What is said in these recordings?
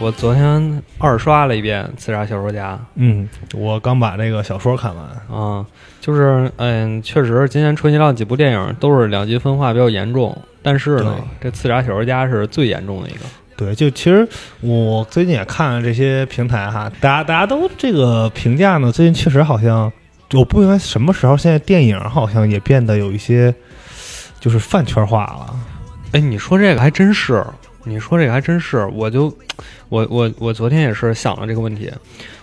我昨天二刷了一遍《刺杀小说家》，嗯，我刚把这个小说看完，啊，就是嗯，确实今年春节档几部电影都是两极分化比较严重，但是呢，这《刺杀小说家》是最严重的一个。对，就其实我最近也看了这些平台哈，大家大家都这个评价呢，最近确实好像我不明白什么时候现在电影好像也变得有一些就是饭圈化了。哎，你说这个还真是，你说这个还真是，我就，我我我昨天也是想了这个问题，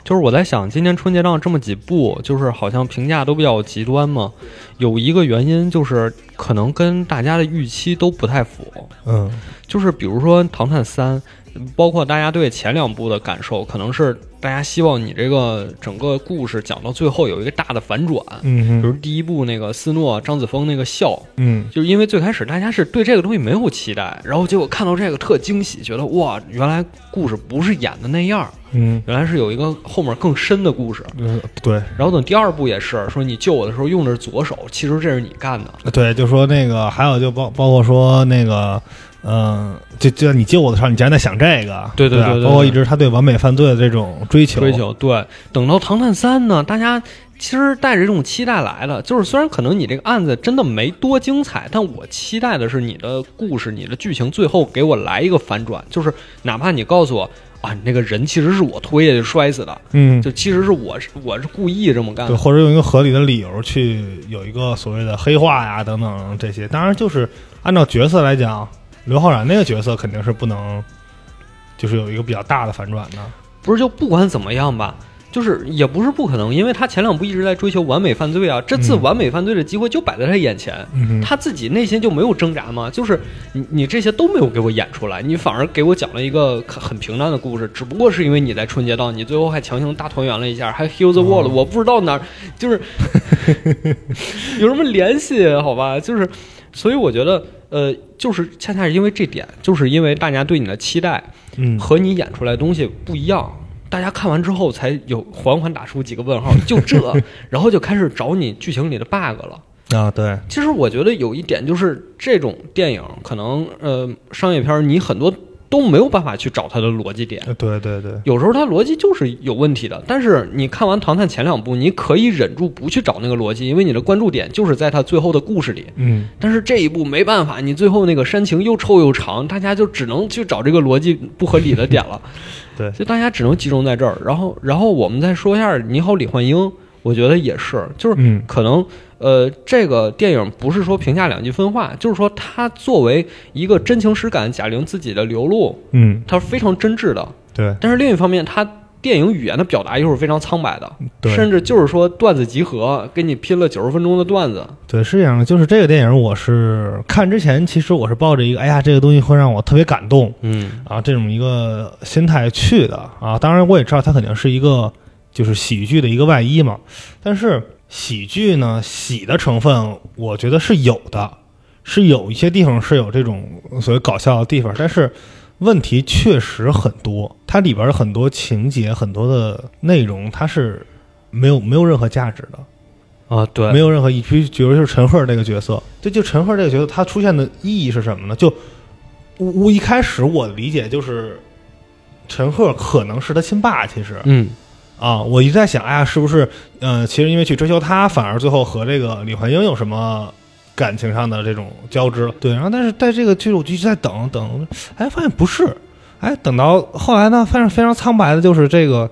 就是我在想，今年春节档这么几部，就是好像评价都比较极端嘛，有一个原因就是可能跟大家的预期都不太符，嗯，就是比如说《唐探三》，包括大家对前两部的感受，可能是大家希望你这个整个故事讲到最后有一个大的反转，比嗯如第一部那个斯诺、张子枫那个笑，嗯，就是因为最开始大家是对这个东西没有期待，然后结果看到这个特惊喜，觉得哇，原来故事不是演的那样儿，嗯原来是有一个后面更深的故事。嗯，对然后等第二部也是说你救我的时候用的是左手，其实这是你干的。对，就说那个，还有就包包括说那个。嗯，就就你接我的时候，你竟然在想这个，对对对吧啊对对包括对一直他对完美犯罪的这种追求，追求对。等到《唐探三》呢，大家其实带着一种期待来了，就是虽然可能你这个案子真的没多精彩，但我期待的是你的故事、你的剧情最后给我来一个反转，就是哪怕你告诉我啊，你那个人其实是我推下去摔死的，嗯，就其实是我是我是故意这么干对，的。或者用一个合理的理由去有一个所谓的黑化呀等等这些。当然，就是按照角色来讲，刘昊然那个角色肯定是不能，就是有一个比较大的反转的。不是，就不管怎么样吧。就是也不是不可能，因为他前两部一直在追求完美犯罪啊，这次嗯完美犯罪的机会就摆在他眼前，嗯他自己内心就没有挣扎吗？就是你你这些都没有给我演出来，你反而给我讲了一个很很平淡的故事，只不过是因为你在春节档，你最后还强行大团圆了一下，还 heal the world，、哦我不知道哪儿就是 有什么联系，好吧？就是所以我觉得呃，就是恰恰是因为这点，就是因为大家对你的期待嗯，和你演出来的东西不一样。大家看完之后才有缓缓打出几个问号，就这， 然后就开始找你剧情里的 bug 了。啊，对，其实我觉得有一点就是，这种电影可能呃商业片儿你很多都没有办法去找它的逻辑点，呃对对对，有时候它逻辑就是有问题的。但是你看完《唐探》前两部，你可以忍住不去找那个逻辑，因为你的关注点就是在它最后的故事里。嗯，。但是这一部没办法，你最后那个煽情又臭又长，大家就只能去找这个逻辑不合理的点了 对所以大家只能集中在这儿。然后，然后我们再说一下《你好，李焕英》，我觉得也是，就是嗯可能呃，这个电影不是说评价两极分化，就是说它作为一个真情实感贾玲自己的流露，嗯，它是非常真挚的。对但是另一方面，它电影语言的表达又是非常苍白的，对甚至就是说段子集合，给你拼了九十分钟的段子，对，是这样的。就是这个电影，我是看之前，其实我是抱着一个，哎呀，这个东西会让我特别感动，嗯啊这种一个心态去的啊。当然，我也知道它肯定是一个就是喜剧的一个外衣嘛。但是喜剧呢，喜的成分我觉得是有的，是有一些地方是有这种所谓搞笑的地方，但是问题确实很多。它里边儿很多情节、很多的内容，它是没有没有任何价值的。啊，对没有任何意义。比比如就是陈赫这个角色，对，就陈赫这个角色，他出现的意义是什么呢？就我我一开始我的理解就是，陈赫可能是他亲爸，其实嗯啊，我一直在想，哎呀，是不是呃，其实因为去追求他，反而最后和这个李焕英有什么？感情上的这种交织了，对，然后但是在这个剧我就一直在等等，哎，发现不是，哎，等到后来呢，发现非常苍白的就是这个，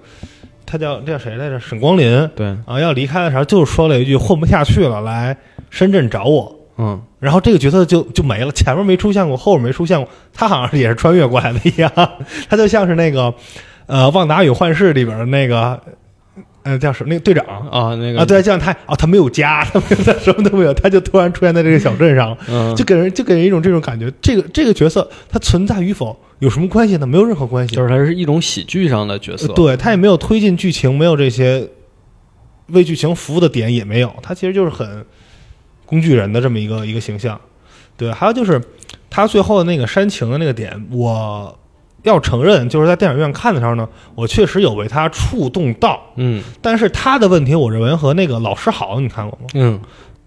他叫这叫谁来着？沈光林，对，啊，要离开的时候就说了一句混不下去了，来深圳找我。嗯然后这个角色就就没了，前面没出现过，后面没出现过，他好像也是穿越过来的一样， 他就像是那个呃《旺达与幻视》里边的那个呃叫什么那个队长啊那个啊，对，，就像他哦，他没有家，他没有他什么都没有，他就突然出现在这个小镇上了，嗯，就给人就给人一种这种感觉，这个这个角色他存在与否有什么关系呢？没有任何关系，就是它是一种喜剧上的角色，呃对他也没有推进剧情，没有这些为剧情服务的点也没有，他其实就是很工具人的这么一个一个形象。对，还有就是他最后的那个煽情的那个点，我要承认，就是在电影院看的时候呢，我确实有为他触动到，嗯但是他的问题，我认为和那个老师好，你看过吗？嗯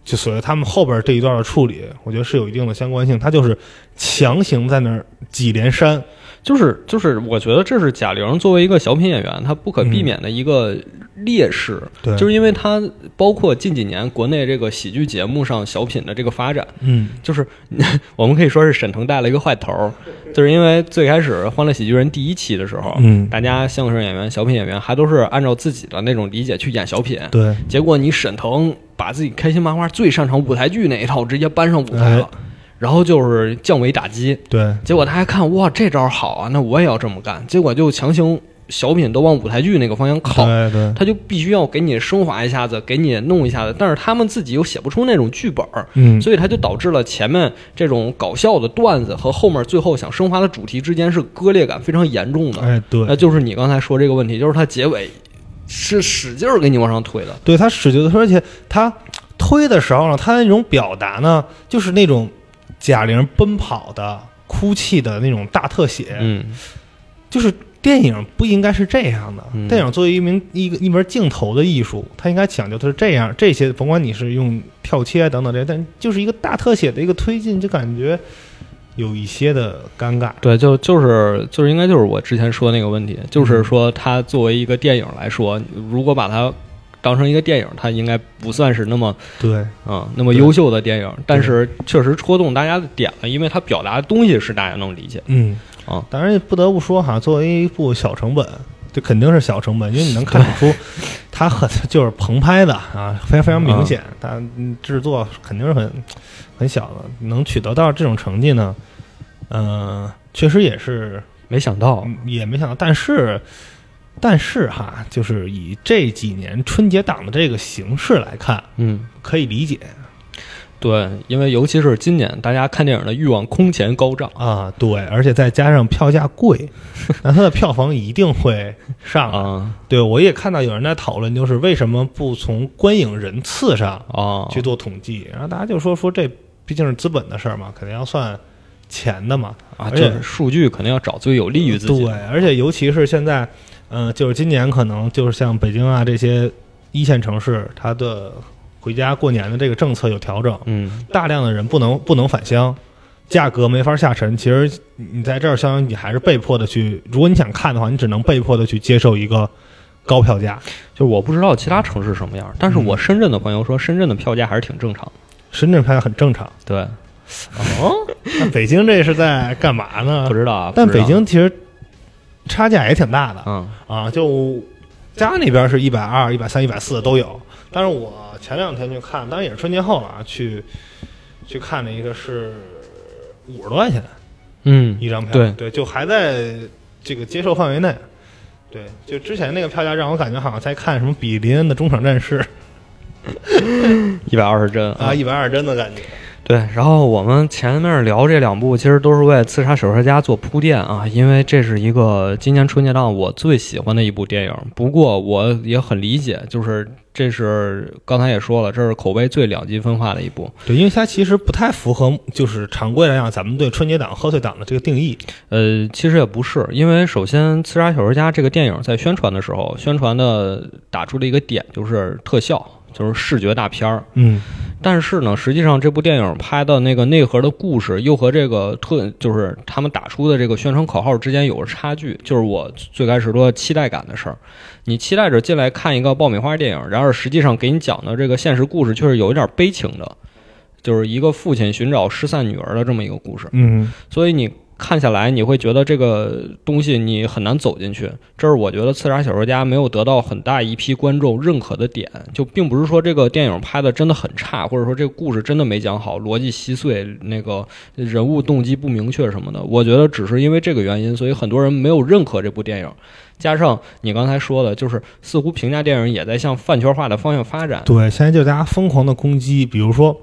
就所谓他们后边这一段的处理，我觉得是有一定的相关性，他就是强行在那儿几连删，就是就是，我觉得这是贾玲作为一个小品演员，她不可避嗯免的一个劣势，对，就是是因为她包括近几年国内这个喜剧节目上小品的这个发展，嗯，就是 我们可以说是沈腾带了一个坏头儿，就是因为最开始《欢乐喜剧人》第一期的时候，嗯大家相声演员、小品演员还都是按照自己的那种理解去演小品，对，结果你沈腾把自己开心麻花最擅长舞台剧那一套直接搬上舞台哎了，然后就是降维打击，对，结果大家看哇这招好啊，那我也要这么干，结果就强行小品都往舞台剧那个方向靠。对，对，他就必须要给你升华一下子，给你弄一下子，但是他们自己又写不出那种剧本儿，嗯，所以它就导致了前面这种搞笑的段子和后面最后想升华的主题之间是割裂感非常严重的。哎，对那，就是你刚才说这个问题，就是它结尾是使劲儿给你往上推的。对他使劲的推，而且他推的时候呢，他那种表达呢，就是那种贾玲奔跑的、哭泣的那种大特写，嗯就是电影不应该是这样的。嗯电影作为一名一个一门镜头的艺术，它应该讲究它是这样，这些甭管你是用跳切等等这些，但就是一个大特写的一个推进，就感觉有一些的尴尬。对，就就是就是应该就是我之前说那个问题，就是说它作为一个电影来说，如果把它当成一个电影，它应该不算是那么对，嗯那么优秀的电影，但是确实戳动大家的点了，因为它表达的东西是大家能理解。嗯，啊当然不得不说哈，作为一部小成本，这肯定是小成本，因为你能看得出，它很 就是棚拍的啊，非常非常明显，它嗯制作肯定是很很小的，能取得到这种成绩呢，嗯、确实也是没想到，嗯也没想到，但是。但是哈，就是以这几年春节档的这个形式来看，嗯，可以理解对，因为尤其是今年，大家看电影的欲望空前高涨啊，对，而且再加上票价贵，那它的票房一定会上来啊对，我也看到有人在讨论，就是为什么不从观影人次上啊！去做统计？然后大家就说说这毕竟是资本的事儿嘛，肯定要算钱的嘛。啊，而就且是数据肯定要找最有利于自己对，而且尤其是现在，嗯、就是今年可能就是像北京啊这些一线城市，它的回家过年的这个政策有调整，嗯，大量的人不能不能返乡，价格没法下沉。其实你在这儿，相当于你还是被迫的去，如果你想看的话，你只能被迫的去接受一个高票价。就是我不知道其他城市什么样，但是我深圳的朋友说，深圳的票价还是挺正常啊的。深圳票价很正常。对，哦，那北京这是在干嘛呢不？知道啊。但不知北道，京其实差价也挺大的嗯啊，就家那边是一百二、一百三、一百四都有。但是我前两天去看，当然也是春节后了啊，去去看了一个是五十多块钱嗯，一张票，对就还在这个接受范围内。对，就之前那个票价让我感觉好像在看什么比林恩的中场战事一百二十帧啊，。一百二真的感觉。对，然后我们前面聊这两部，其实都是为《刺杀小说家》做铺垫啊，因为这是一个今年春节档我最喜欢的一部电影。不过我也很理解，就是这是刚才也说了，这是口碑最两极分化的一部。对，因为它其实不太符合就是常规来讲咱们对春节档、贺岁档的这个定义。呃，其实也不是，因为首先《刺杀小说家》这个电影在宣传的时候，宣传的打出了一个点，就是特效，就是视觉大片儿。嗯，但是呢，实际上这部电影拍的那个内核的故事，又和这个特就是他们打出的这个宣传口号之间有着差距，就是我最开始说期待感的事儿。你期待着进来看一个爆米花电影，然而实际上给你讲的这个现实故事却是有一点悲情的，就是一个父亲寻找失散女儿的这么一个故事。嗯，所以你看下来，你会觉得这个东西你很难走进去。这是我觉得《刺杀小说家》没有得到很大一批观众认可的点，就并不是说这个电影拍的真的很差，或者说这个故事真的没讲好，逻辑稀碎，那个人物动机不明确什么的。我觉得只是因为这个原因，所以很多人没有认可这部电影。加上你刚才说的，就是似乎评价电影也在向饭圈化的方向发展。对，现在就大家疯狂的攻击，比如说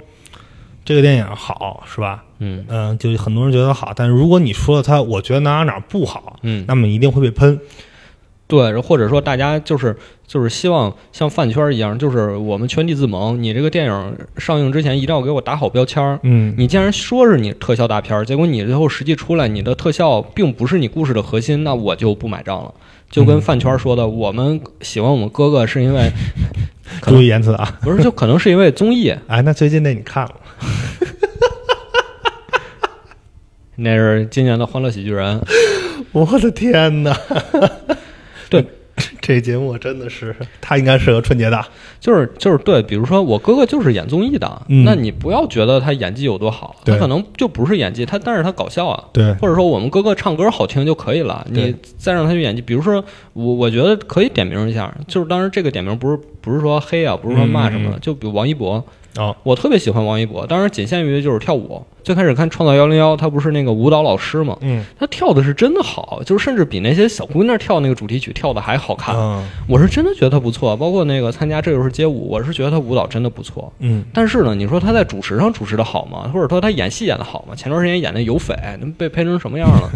这个电影好是吧？嗯嗯、就很多人觉得好，但如果你说它，我觉得哪哪哪不好，嗯，那么一定会被喷。对，或者说大家就是就是希望像饭圈一样，就是我们圈地自萌，你这个电影上映之前一定要给我打好标签儿。嗯，你既然说是你特效大片儿，结果你最后实际出来，你的特效并不是你故事的核心，那我就不买账了。就嗯跟饭圈说的，我们喜欢我们哥哥是因为可能注意言辞啊！不是，就可能是因为综艺，哎，那最近那你看了吗？那是今年的《欢乐喜剧人》。我的天哪！对， 这节目真的是，他应该适合春节档。就是就是对，比如说我哥哥就是演综艺的，嗯那你不要觉得他演技有多好，他对可能就不是演技，他但是他搞笑啊。对，或者说我们哥哥唱歌好听就可以了，对你再让他去演技，比如说我我觉得可以点名一下，就是当时这个点名不是不是说黑啊，不是说骂什么嗯的，就比如王一博，哦，我特别喜欢王一博，当然仅限于就是跳舞。最开始看《创造幺零幺》，他不是那个舞蹈老师嘛，嗯，他跳的是真的好，就是甚至比那些小姑娘跳那个主题曲跳的还好看。嗯我是真的觉得他不错，包括那个参加《这就是街舞》，我是觉得他舞蹈真的不错。嗯，但是呢，你说他在主持上主持的好吗？或者说他演戏演的好吗？前段时间演那有匪，那被拍成什么样了，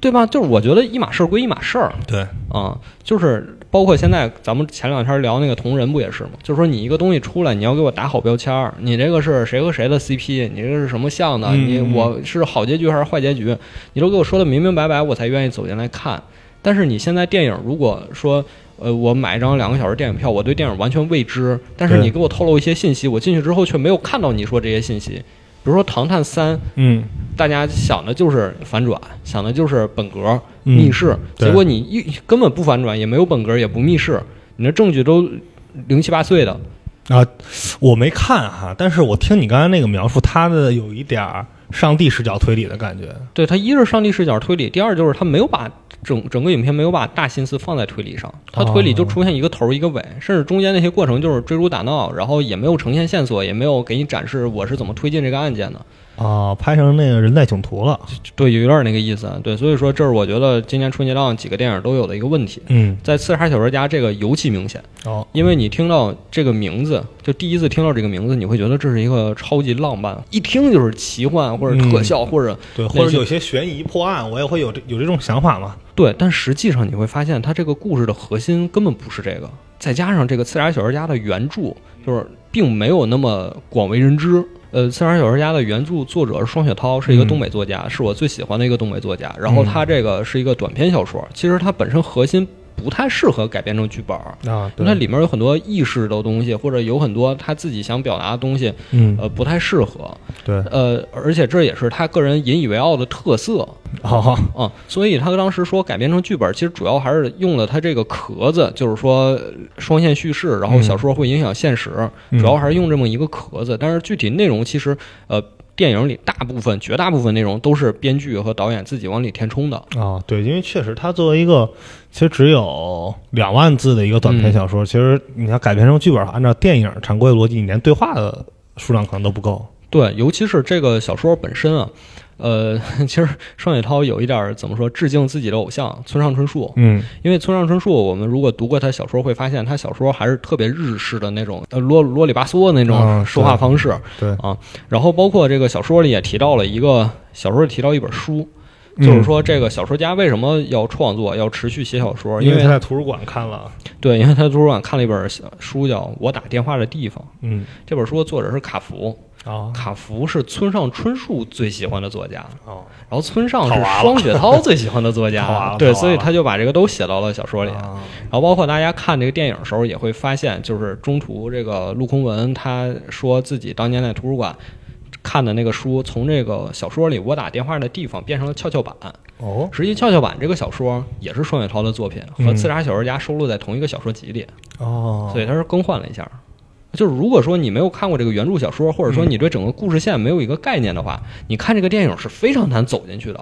对吧？就是我觉得一码事儿归一码事儿对，啊、就是包括现在咱们前两天聊那个同人不也是吗？就是说你一个东西出来，你要给我打好标签儿，你这个是谁和谁的 CP，你这个是什么像的，嗯你我是好结局还是坏结局，你都给我说的明明白白，我才愿意走进来看。但是你现在电影如果说，呃，我买一张两个小时电影票，我对电影完全未知，但是对你给我透露一些信息，我进去之后却没有看到你说这些信息。比如说《唐探三》，嗯，大家想的就是反转，想的就是本格嗯密室，对结果你一根本不反转，也没有本格，也不密室，你的证据都零七八碎的。我没看哈，但是我听你刚才那个描述，他的有一点儿上帝视角推理的感觉。对他，一是上帝视角推理，第二就是他没有把整整个影片没有把大心思放在推理上，哦他推理就出现一个头儿一个尾，甚至中间那些过程就是追逐打闹，然后也没有呈现线索，也没有给你展示我是怎么推进这个案件的。哦，拍成那个人在囧途了。对，有点那个意思。对，所以说这是我觉得今年春节档几个电影都有的一个问题，嗯，在《刺杀小说家》这个尤其明显。哦，因为你听到这个名字，就第一次听到这个名字，你会觉得这是一个超级浪漫，一听就是奇幻或者特效、或者对，那或者些有些悬疑破案，我也会有这有这种想法嘛。对，但实际上你会发现，它这个故事的核心根本不是这个。再加上这个《刺杀小说家》的原著就是并没有那么广为人知。呃，《刺杀小说家》的原著作者是双雪涛，是一个嗯东北作家，是我最喜欢的一个东北作家。然后他这个是一个短篇小说，其实它本身核心不太适合改编成剧本儿。啊，因为它里面有很多意识的东西，或者有很多他自己想表达的东西，嗯，呃，不太适合，对，呃，而且这也是他个人引以为傲的特色哦，啊、所以他当时说改编成剧本，其实主要还是用了他这个壳子，就是说呃双线叙事，然后小说会影响现实，嗯主要还是用这么一个壳子，但是具体内容其实呃。电影里大部分、绝大部分内容都是编剧和导演自己往里填充的。啊，对，因为确实，它作为一个其实只有两万字的一个短篇小说，其实你要改编成剧本，按照电影常规逻辑，你连对话的数量可能都不够。对，尤其是这个小说本身啊，呃， 其实双雪涛有一点儿怎么说，致敬自己的偶像村上春树。嗯，因为村上春树，我们如果读过他小说，会发现他小说还是特别日式的那种，呃，啰啰里吧嗦的那嗯种说话方式。对啊，然后包括这个小说里也提到了一个小说里提到一本书，嗯就是说这个小说家为什么要创作，要持续写小说，嗯，因因为他为在图书馆看了，对，因为他在图书馆看了一本小书叫《我打电话的地方》，嗯，这本书的作者是卡福，啊，卡福是村上春树最喜欢的作家。哦，然后村上套娃是了双雪涛最喜欢的作 套娃家了，对，套娃所以了他就把这个都写到了小说里。啊然后包括大家看这个电影的时候，也会发现，就是中途这个陆空文他说自己当年在图书馆看的那个书，从这个小说里我打电话的地方变成了跷跷板。哦，实际跷跷板这个小说也是双雪涛的作品，和嗯刺杀小说家收录在同一个小说集里，哦，所以他是更换了一下。就是如果说你没有看过这个原著小说，或者说你对整个故事线没有一个概念的话，嗯你看这个电影是非常难走进去的。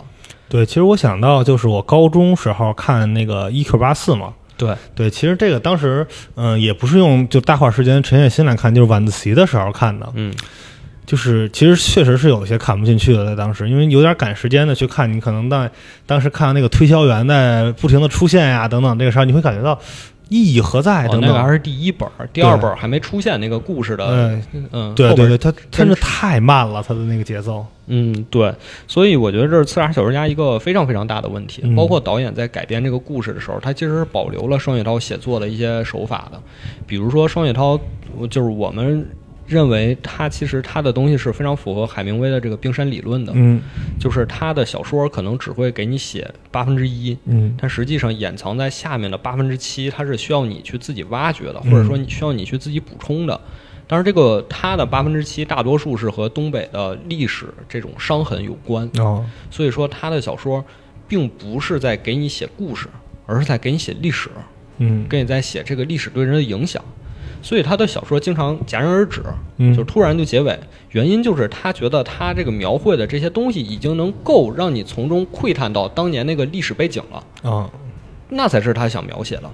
对，其实我想到就是我高中时候看那个 EQ 八四嘛，对，对，其实这个当时，嗯、也不是用就大话时间陈雪欣来看，就是晚自习的时候看的，嗯，就是其实确实是有些看不进去的，在当时，因为有点赶时间的去看，你可能在当时看到那个推销员在不停的出现呀、等等这个事儿，你会感觉到意义何在哦等那等。个还是第一本儿，第二本儿还没出现那个故事的，嗯，嗯，对后边对儿对，他真的太慢了，他的那个节奏。嗯，对，所以我觉得这是《刺杀小说家》一个非常非常大的问题，嗯包括导演在改编这个故事的时候，他其实是保留了双雪涛写作的一些手法的，比如说双雪涛，我就是我们认为他其实他的东西是非常符合海明威的这个冰山理论的，嗯就是他的小说可能只会给你写八分之一。嗯但实际上，掩藏在下面的八分之七，它是需要你去自己挖掘的，或嗯者说你需要你去自己补充的。当然，这个它的八分之七大多数是和东北的历史这种伤痕有关，哦所以说他的小说。并不是在给你写故事，而是在给你写历史，嗯给你在写这个历史对人的影响。所以他的小说经常戛然而止，嗯，就突然就结尾。原因就是他觉得他这个描绘的这些东西已经能够让你从中窥探到当年那个历史背景了，啊，那才是他想描写的，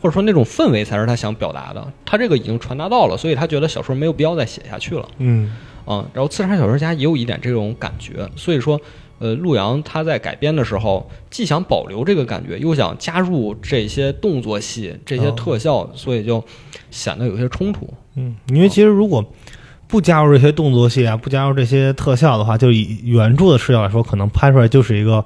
或者说那种氛围才是他想表达的。他这个已经传达到了，所以他觉得小说没有必要再写下去了。嗯嗯，然后《刺杀小说家》也有一点这种感觉，所以说，呃，陆阳他在改编的时候，既想保留这个感觉，又想加入这些动作戏、这些哦特效，所以就显得有些冲突。嗯，因为其实如果不加入这些动作戏啊，不加入这些特效的话，就以原著的视角来说，可能拍出来就是一个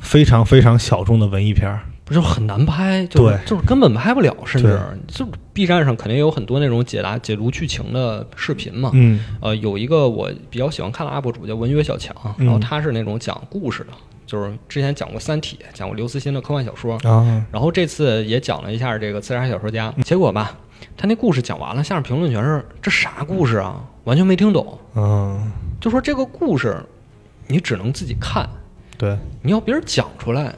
非常非常小众的文艺片儿。不就很难拍，就是对就是根本拍不了，甚对至就是 B 站上肯定有很多那种解答解读剧情的视频嘛。嗯呃，有一个我比较喜欢看的 UP 主叫文约小强，嗯然后他是那种讲故事的，就是之前讲过《三体》，讲过刘慈欣的科幻小说，啊，然后这次也讲了一下这个刺杀小说家。嗯结果吧，他那故事讲完了，下面评论全是这啥故事啊，完全没听懂。嗯，就说这个故事，你只能自己看，对，你要别人讲出来，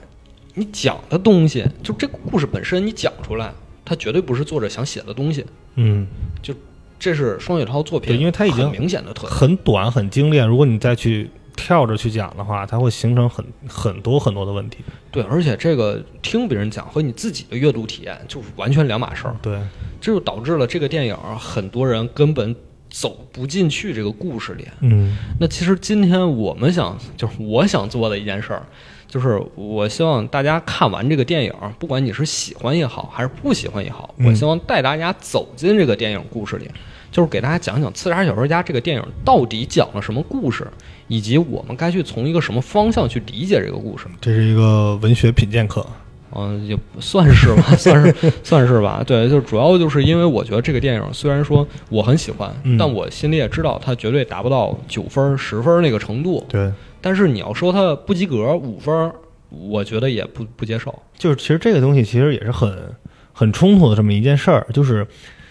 你讲的东西，就这个故事本身，你讲出来，它绝对不是作者想写的东西。嗯，这是双雪涛作品，对因为它已经很明显的特点。很短很精炼。如果你再去跳着去讲的话，它会形成很很多很多的问题。对，而且这个听别人讲和你自己的阅读体验就是完全两码事儿，对，这就导致了这个电影儿很多人根本走不进去这个故事里。嗯那其实今天我们想，就是我想做的一件事儿，就是我希望大家看完这个电影，不管你是喜欢也好，还是不喜欢也好，嗯我希望带大家走进这个电影故事里，就是给大家讲讲《刺杀小说家》这个电影到底讲了什么故事，以及我们该去从一个什么方向去理解这个故事。这是一个文学品鉴课。嗯，也不算是吧， 算是算是吧。对，就主要就是因为我觉得这个电影虽然说我很喜欢，嗯但我心里也知道它绝对达不到九分儿、十分儿那个程度。对，但是你要说它不及格五分儿，我觉得也不不接受。就是其实这个东西其实也是很很冲突的这么一件事儿，就是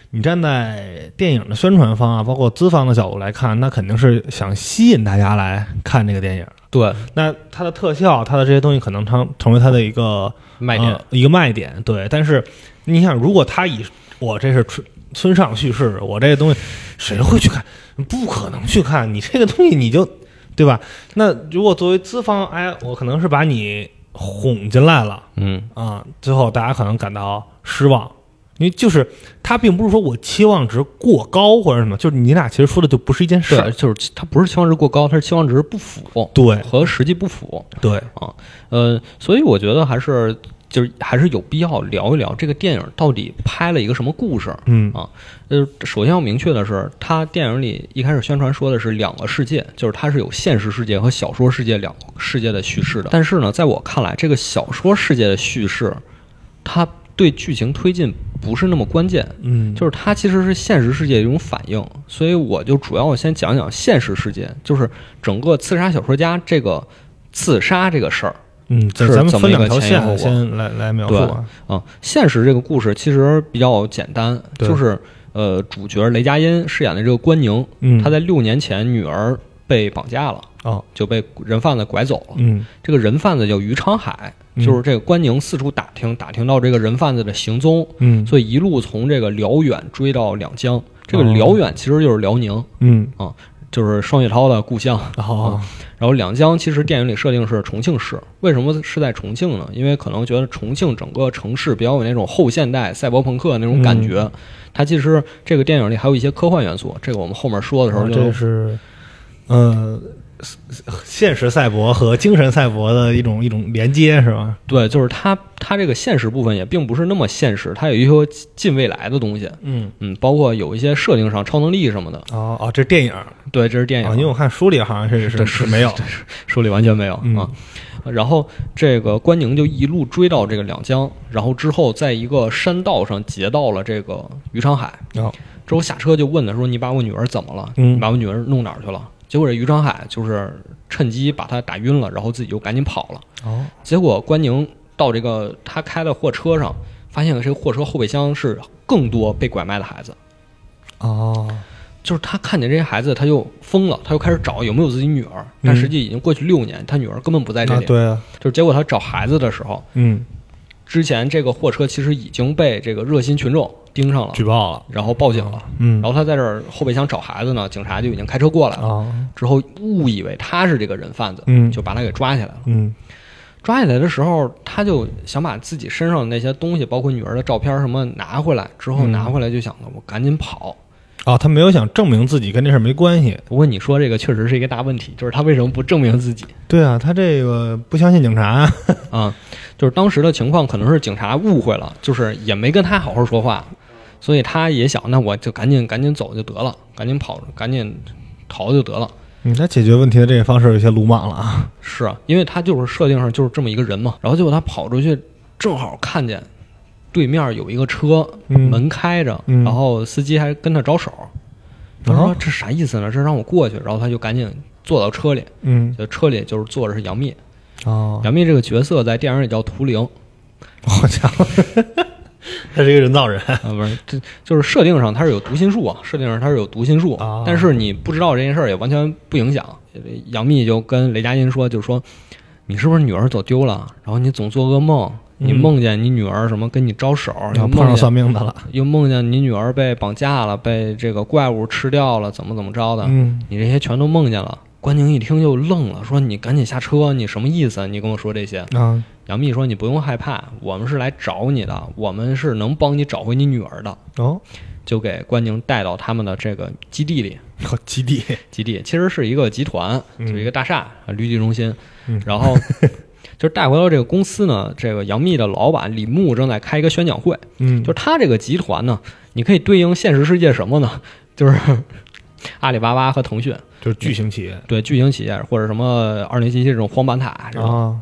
你站在电影的宣传方啊，包括资方的角度来看，那肯定是想吸引大家来看这个电影。对，那它的特效，它的这些东西可能成成为它的一个卖点、呃一个卖点。对，但是你想，如果它以我这是村村上叙事，我这个东西谁会去看？不可能去看，你这个东西你就对吧？那如果作为资方，哎，我可能是把你哄进来了。嗯，啊、最后大家可能感到失望，因为就是他并不是说我期望值过高或者什么，就是你俩其实说的就不是一件事对，儿。就是它不是期望值过高，它是期望值不符，对和实际不符。对，呃，所以我觉得还是就是还是有必要聊一聊这个电影到底拍了一个什么故事。嗯呃，首先要明确的是，它电影里一开始宣传说的是两个世界，就是它是有现实世界和小说世界两个世界的叙事的。但是呢，在我看来，这个小说世界的叙事，它对剧情推进不是那么关键，嗯，就是它其实是现实世界的一种反应。所以我就主要先讲讲现实世界，就是整个刺杀小说家这个刺杀这个事儿。嗯，咱是这咱们么分一个两条前因后果线先来来描述啊。啊，现实这个故事其实比较简单，对就是呃，主角雷佳音饰演的这个关宁，嗯，他在六年前女儿被绑架了，哦，就被人贩子拐走了。嗯这个人贩子叫于昌海，嗯就是这个关宁四处打听，打听到这个人贩子的行踪，嗯所以一路从这个辽远追到两江。这个哦辽远其实就是辽宁，嗯，就是双雪涛的故乡。哦，然后两江其实电影里设定是重庆市，为什么是在重庆呢？因为可能觉得重庆整个城市比较有那种后现代赛博朋克那种感觉。嗯它其实这个电影里还有一些科幻元素，这个我们后面说的时候就这是呃，现实赛博和精神赛博的一种一种连接是吧？对，就是它它这个现实部分也并不是那么现实，它有一些近未来的东西，嗯，嗯，包括有一些设定上超能力什么的。哦哦，这是电影啊，对，这是电影，因为我看书里好像是对是是是没有，书里完全没有、嗯啊。然后这个关宁就一路追到这个两江，然后之后在一个山道上截到了这个于昌海。哦之后下车就问他说：“你把我女儿怎么了？你嗯把我女儿弄哪儿去了？”结果这于昌海就是趁机把他打晕了，然后自己就赶紧跑了。哦，结果关宁到这个他开的货车上，发现了这个货车后备箱是更多被拐卖的孩子。哦，就是他看见这些孩子，他又疯了，他又开始找有没有自己女儿，但嗯实际已经过去六年，他女儿根本不在这啊，里。对啊，就是结果他找孩子的时候，嗯，之前这个货车其实已经被这个热心群众盯上了，举报了，然后报警了。嗯，然后他在这儿后备箱找孩子呢，警察就已经开车过来了，啊，之后误以为他是这个人贩子，嗯，就把他给抓起来了。嗯抓起来的时候，他就想把自己身上的那些东西，包括女儿的照片什么拿回来，之后嗯拿回来就想着我赶紧跑。啊，他没有想证明自己跟这事儿没关系，不过你说这个确实是一个大问题，就是他为什么不证明自己？对啊，他这个不相信警察，啊，就是当时的情况可能是警察误会了，就是也没跟他好好说话，所以他也想，那我就赶紧赶紧走就得了，赶紧跑，赶紧逃就得了。嗯，他解决问题的这个方式有些鲁莽了啊，是啊，因为他就是设定上就是这么一个人嘛。然后结果他跑出去，正好看见对面有一个车嗯门开着，嗯啊然后司机还跟他招手，他说、这啥意思呢？这让我过去，然后他就赶紧坐到车里，嗯，就车里就是坐着是杨幂，哦，杨幂这个角色在电影里叫图灵， 好家伙，他是一个人造人，啊，不是，这就是设定上它是有读心术啊，设定上它是有读心术，啊但是你不知道这件事儿也完全不影响。呃杨幂就跟雷佳音说，就说你是不是女儿走丢了？然后你总做噩梦，你嗯梦见你女儿什么跟你招手，然后又碰上梦见算命的了，又梦见你女儿被绑架了，被这个怪物吃掉了，怎么怎么着的？嗯你这些全都梦见了。关宁一听就愣了，说：“你赶紧下车，你什么意思？你跟我说这些？”啊，杨幂说：“你不用害怕，我们是来找你的，我们是能帮你找回你女儿的。”哦，就给关宁带到他们的这个基地里。好基地，基地其实是一个集团，嗯就是一个大厦、呃绿地中心。嗯然后 就是带回到这个公司呢，这个杨幂的老板李牧正在开一个宣讲会。嗯，就是他这个集团呢，你可以对应现实世界什么呢？ 就是阿里巴巴和腾讯，就是巨型企业对巨型企业或者什么二零七七这种荒坂塔这种，啊，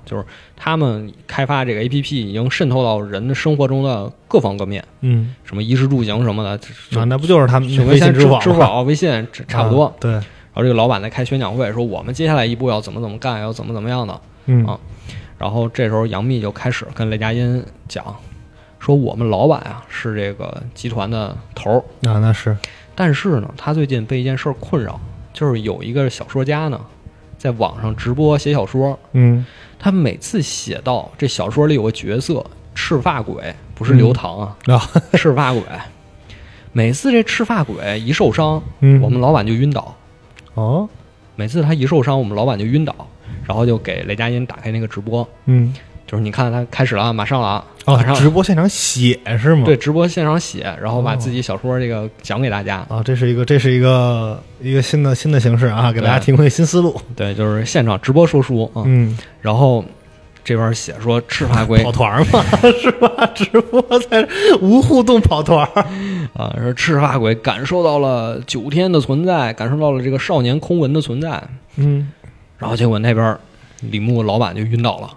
他们开发这个 APP 已经渗透到人的生活中的各方各面，嗯，什么衣食住行什么的，啊，那不就是他们就跟微信、现在支支付宝、支付 宝、微信这差不多。啊，对，然后这个老板在开宣讲会，说我们接下来一步要怎么怎么干，要怎么怎么样的。嗯啊然后这时候杨幂就开始跟雷佳音讲，说我们老板啊是这个集团的头儿，啊，那是但是呢，他最近被一件事儿困扰，就是有一个小说家呢，在网上直播写小说，嗯他每次写到这小说里有个角色赤发鬼，不是刘唐啊，啊，赤发鬼，每次这赤发鬼一受伤，嗯，我们老板就晕倒。 哦，每次他一受伤，我们老板就晕倒，然后就给雷佳音打开那个直播，嗯，就是你看他开始了啊，马上了啊，马哦，上直播现场写是吗？对直播现场写，然后把哦自己小说这个讲给大家，啊，这是一个这是一个一个新的新的形式啊，给大家对提供一个新思路。对，就是现场直播说书啊，嗯，啊然后这边写说赤发鬼跑团嘛， 是吧？直播在这无互动跑团儿啊，说赤发鬼感受到了九天的存在，感受到了这个少年空文的存在，嗯，然后结果那边李牧老板就晕倒了，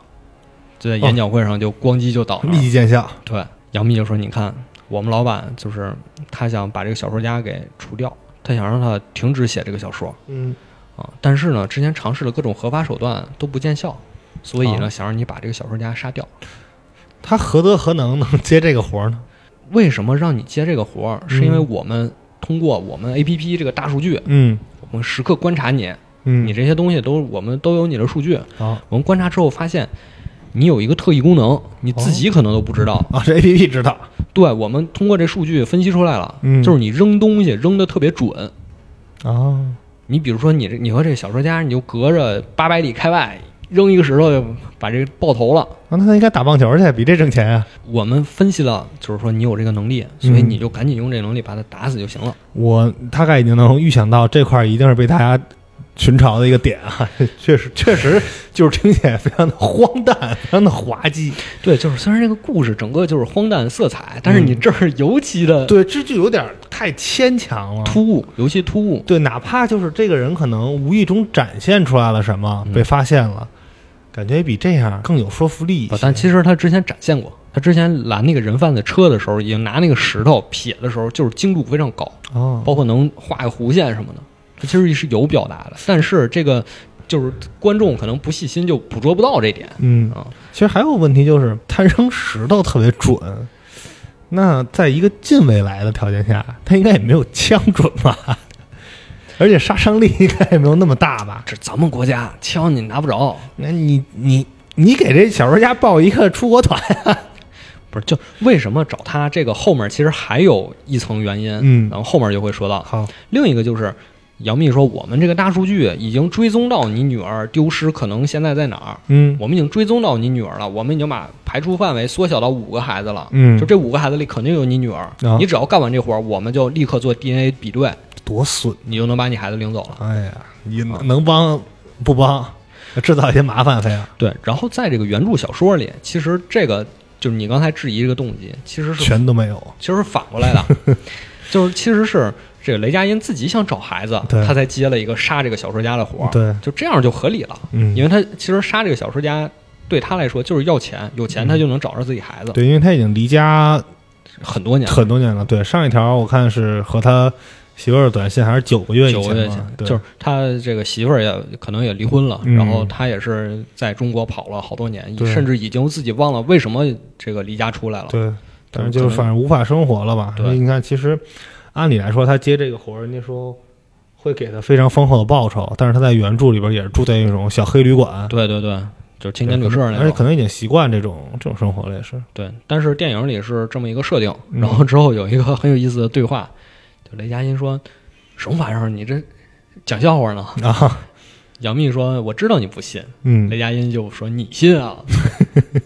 就在哦演讲会上就咣叽就倒了，立即见效。对，杨幂就说：“你看，我们老板就是他想把这个小说家给除掉，他想让他停止写这个小说嗯，啊。但是呢，之前尝试了各种合法手段都不见效，所以呢，哦想让你把这个小说家杀掉。他何德何能能接这个活儿呢？为什么让你接这个活儿？是因为嗯我们通过我们 A P P 这个大数据，嗯我们时刻观察你，嗯，你这些东西都我们都有你的数据，啊我们观察之后发现。”你有一个特异功能，你哦自己可能都不知道。啊，这 A P P 知道对我们通过这数据分析出来了，嗯就是你扔东西扔的特别准，啊，你比如说你这你和这小说家，你就隔着八百里开外扔一个石头就把这个爆头了。啊那他应该打棒球去，比这挣钱啊。我们分析了，就是说你有这个能力，所以嗯你就赶紧用这能力把他打死就行了。我大概已经能预想到这块儿一定是被大家群嘲的一个点啊， 确实确实 就是听起来非常的荒诞，非常的滑稽。对，就是虽然这个故事整个就是荒诞色彩，但是嗯你这儿尤其的对，这就有点儿太牵强了。突兀，尤其突兀。对，哪怕就是这个人可能无意中展现出来了什么，嗯被发现了，感觉也比这样更有说服力一不些。但其实他之前展现过，他之前拦那个人贩子车的时候，也拿那个石头撇的时候，就是精度非常高，哦，包括能画个弧线什么的，他其实是有表达的。但是这个就是观众可能不细心就捕捉不到这点。嗯啊，其实还有个问题就是，他扔石头特别准。那在一个近未来的条件下，他应该也没有枪准吧？ 而且杀伤力应该也没有那么大吧？这咱们国家枪你拿不着，那你你你给这小说家报一个出国团，不是就为什么找他？这个后面其实还有一层原因，嗯然后后面就会说到。好，另一个就是杨幂说，我们这个大数据已经追踪到你女儿丢失可能现在在哪儿，嗯我们已经追踪到你女儿了，我们已经把排除范围缩小到五个孩子了。嗯就这五个孩子里肯定有你女儿，啊你只要干完这活儿，我们就立刻做 DNA 比对，多损！你就能把你孩子领走了。哎呀，你能帮不帮？制造一些麻烦非啊要对，然后在这个原著小说里，其实这个就是你刚才质疑这个动机，其实是全都没有。其实是反过来 的，就是其实是这个雷佳音自己想找孩子，对他才接了一个杀这个小说家的活儿，对就这样就合理了，嗯因为他其实杀这个小说家对他来说就是要钱，有钱他就能找着自己孩子，对，因为他已经离家很多年了，很多年了。对，上一条我看是和他媳妇儿的短信还是九个月以九个月前前嘛，，对，就是他这个媳妇儿也可能也离婚了，嗯然后他也是在中国跑了好多年，对甚至已经自己忘了为什么这个离家出来了。对，但是就可能是反正无法生活了吧？对你看，其实按理来说，他接这个活儿，人家说会给他非常丰厚的报酬，但是他在原著里边也是住在一种小黑旅馆，对对对，就是青年旅社那而种。且啊可能已经习惯这种这种生活了，也 是。对，但是电影里是这么一个设定，嗯然后之后有一个很有意思的对话，就雷佳音说：“什么玩意儿？你这讲笑话呢啊，？”杨幂说：“我知道你不信。”嗯 雷佳音就说：“你信啊？”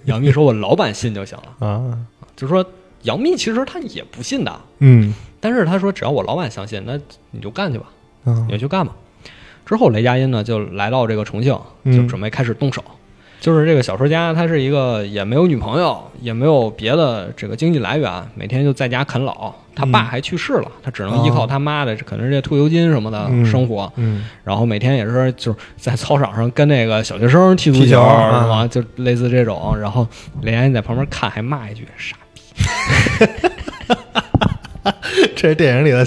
杨幂说：“我老板信就行了。啊，”就说杨幂其实她也不信的，嗯但是他说只要我老板相信，那你就干去吧，啊你，就去干吧。之后雷佳音呢就来到这个重庆，嗯就准备开始动手。就是这个小说家，他是一个也没有女朋友，也没有别的这个经济来源，每天就在家啃老。他爸嗯哦还去世了，他只能依靠他妈的，可能是这退休金什么的嗯生活。嗯然后每天也是就是在操场上跟那个小学生踢足踢球，球啊是吧？就类似这种。然后雷佳音在旁边看，还骂一句“傻 这是电影里的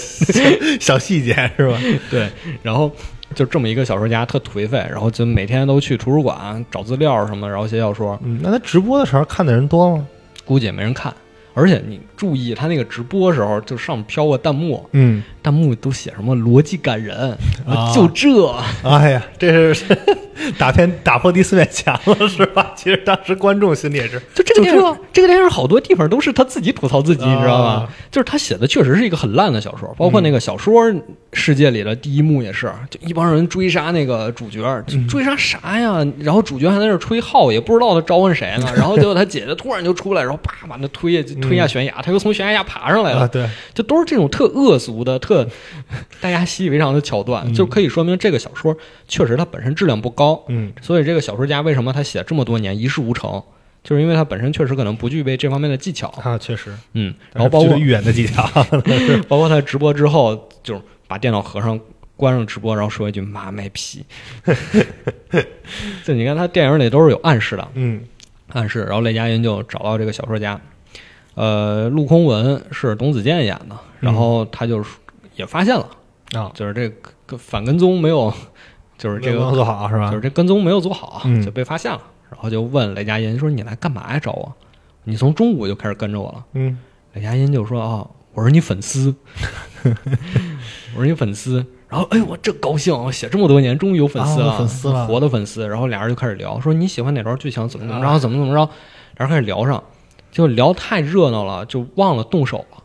小细节是吧？对，然后就这么一个小说家，特颓废，然后就每天都去图书馆找资料什么的，然后写小说，嗯，那他直播的时候看的人多吗？估计也没人看。而且你注意，他那个直播时候，就上面飘过弹幕，嗯，弹幕都写什么逻辑感人，啊就这，哎呀，这是 打偏打破第四面墙了是 吧？其实当时观众心里也是， 就这个电影，这个电影好多地方都是他自己吐槽自己，啊你知道吗？就是他写的确实是一个很烂的小说，包括那个小说世界里的第一幕也是，就一帮人追杀那个主角，追杀啥呀？然后主角还在那儿吹号，也不知道他召唤谁 呢。然后结果他姐姐突然就出来，然后啪把他推下推下悬崖，他又从悬崖下爬上来啊，了。对，就都是这种特恶俗的、特大家习以为常的桥段，就可以说明这个小说确实它本身质量不高，嗯所以这个小说家为什么他写这么多年一事无成，就是因为他本身确实可能不具备这方面的技巧。啊，确实。嗯，然后包括预言的技巧，包括他直播之后，就是把电脑合上。关上直播，然后说一句“妈卖批”， 就你看他电影里都是有暗示的，嗯暗示。然后雷佳音就找到这个小说家，呃，陆空文是董子健演的，然后他就也发现了，嗯啊，就是这个反跟踪没有， 嗯就是这个做好是吧就是这跟踪没有做好，啊嗯就被发现了，然后就问雷佳音说：“你来干嘛呀？找我？你从中午就开始跟着我了。嗯”雷佳音就说：“啊，我是你粉丝，我是你粉丝。”然后，哎，我这高兴，我写这么多年，终于有粉丝了，啊粉丝了活的粉丝。然后俩人就开始聊，说你喜欢哪段剧情，怎么怎么着，怎么怎么着，然后开始聊上，就聊太热闹了，就忘了动手了。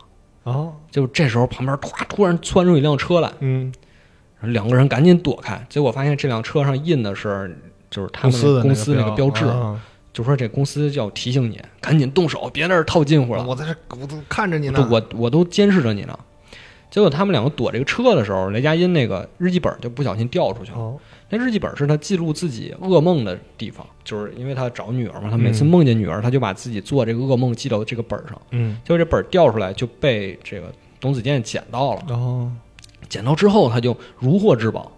哦就这时候，旁边突突然窜出一辆车来，嗯两个人赶紧躲开，结果发现这辆车上印的是就是他们的公司那个标志，啊就说这公司就要提醒你，赶紧动手，别在这儿套近乎了，我在这我都看着你我我我都监视着你呢。结果他们两个躲这个车的时候，雷佳音那个日记本就不小心掉出去了。哦那日记本是他记录自己噩梦的地方，就是因为他找女儿嘛，他每次梦见女儿，他就把自己做这个噩梦记到这个本上。嗯结果这本掉出来就被这个董子健捡到了。然后捡到之后，他就如获至宝，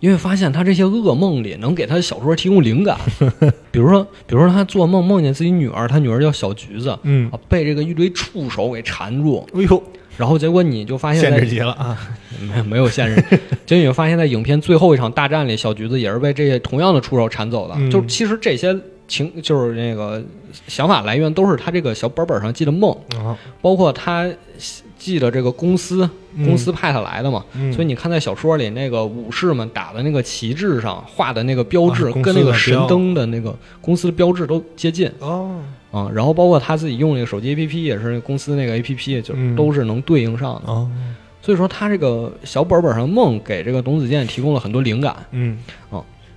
因为发现他这些噩梦里能给他小说提供灵感。 比如说，比如说他做梦梦见自己女儿，他女儿叫小橘子，嗯，啊，被这个一堆触手给缠住，哎呦，然后结果你就发现限在制级了啊，没没有 限制，结果你就发现在影片最后一场大战里，小橘子也是被这些同样的触手缠走的。嗯就其实这些情就是嗯那个想法来源都是他这个小本本上记的梦，啊包括他记得这个公司嗯公司派他来的嘛，嗯所以你看在小说里那个武士们打的那个旗帜上画的那个标志啊，公司跟那个的神标灯的那个公司的标志都接近哦，啊。然后包括他自己用那个手机 APP 也是公司那个 APP，就是嗯都是能对应上的。哦，所以说他这个小本本上的梦给这个董子健提供了很多灵感。嗯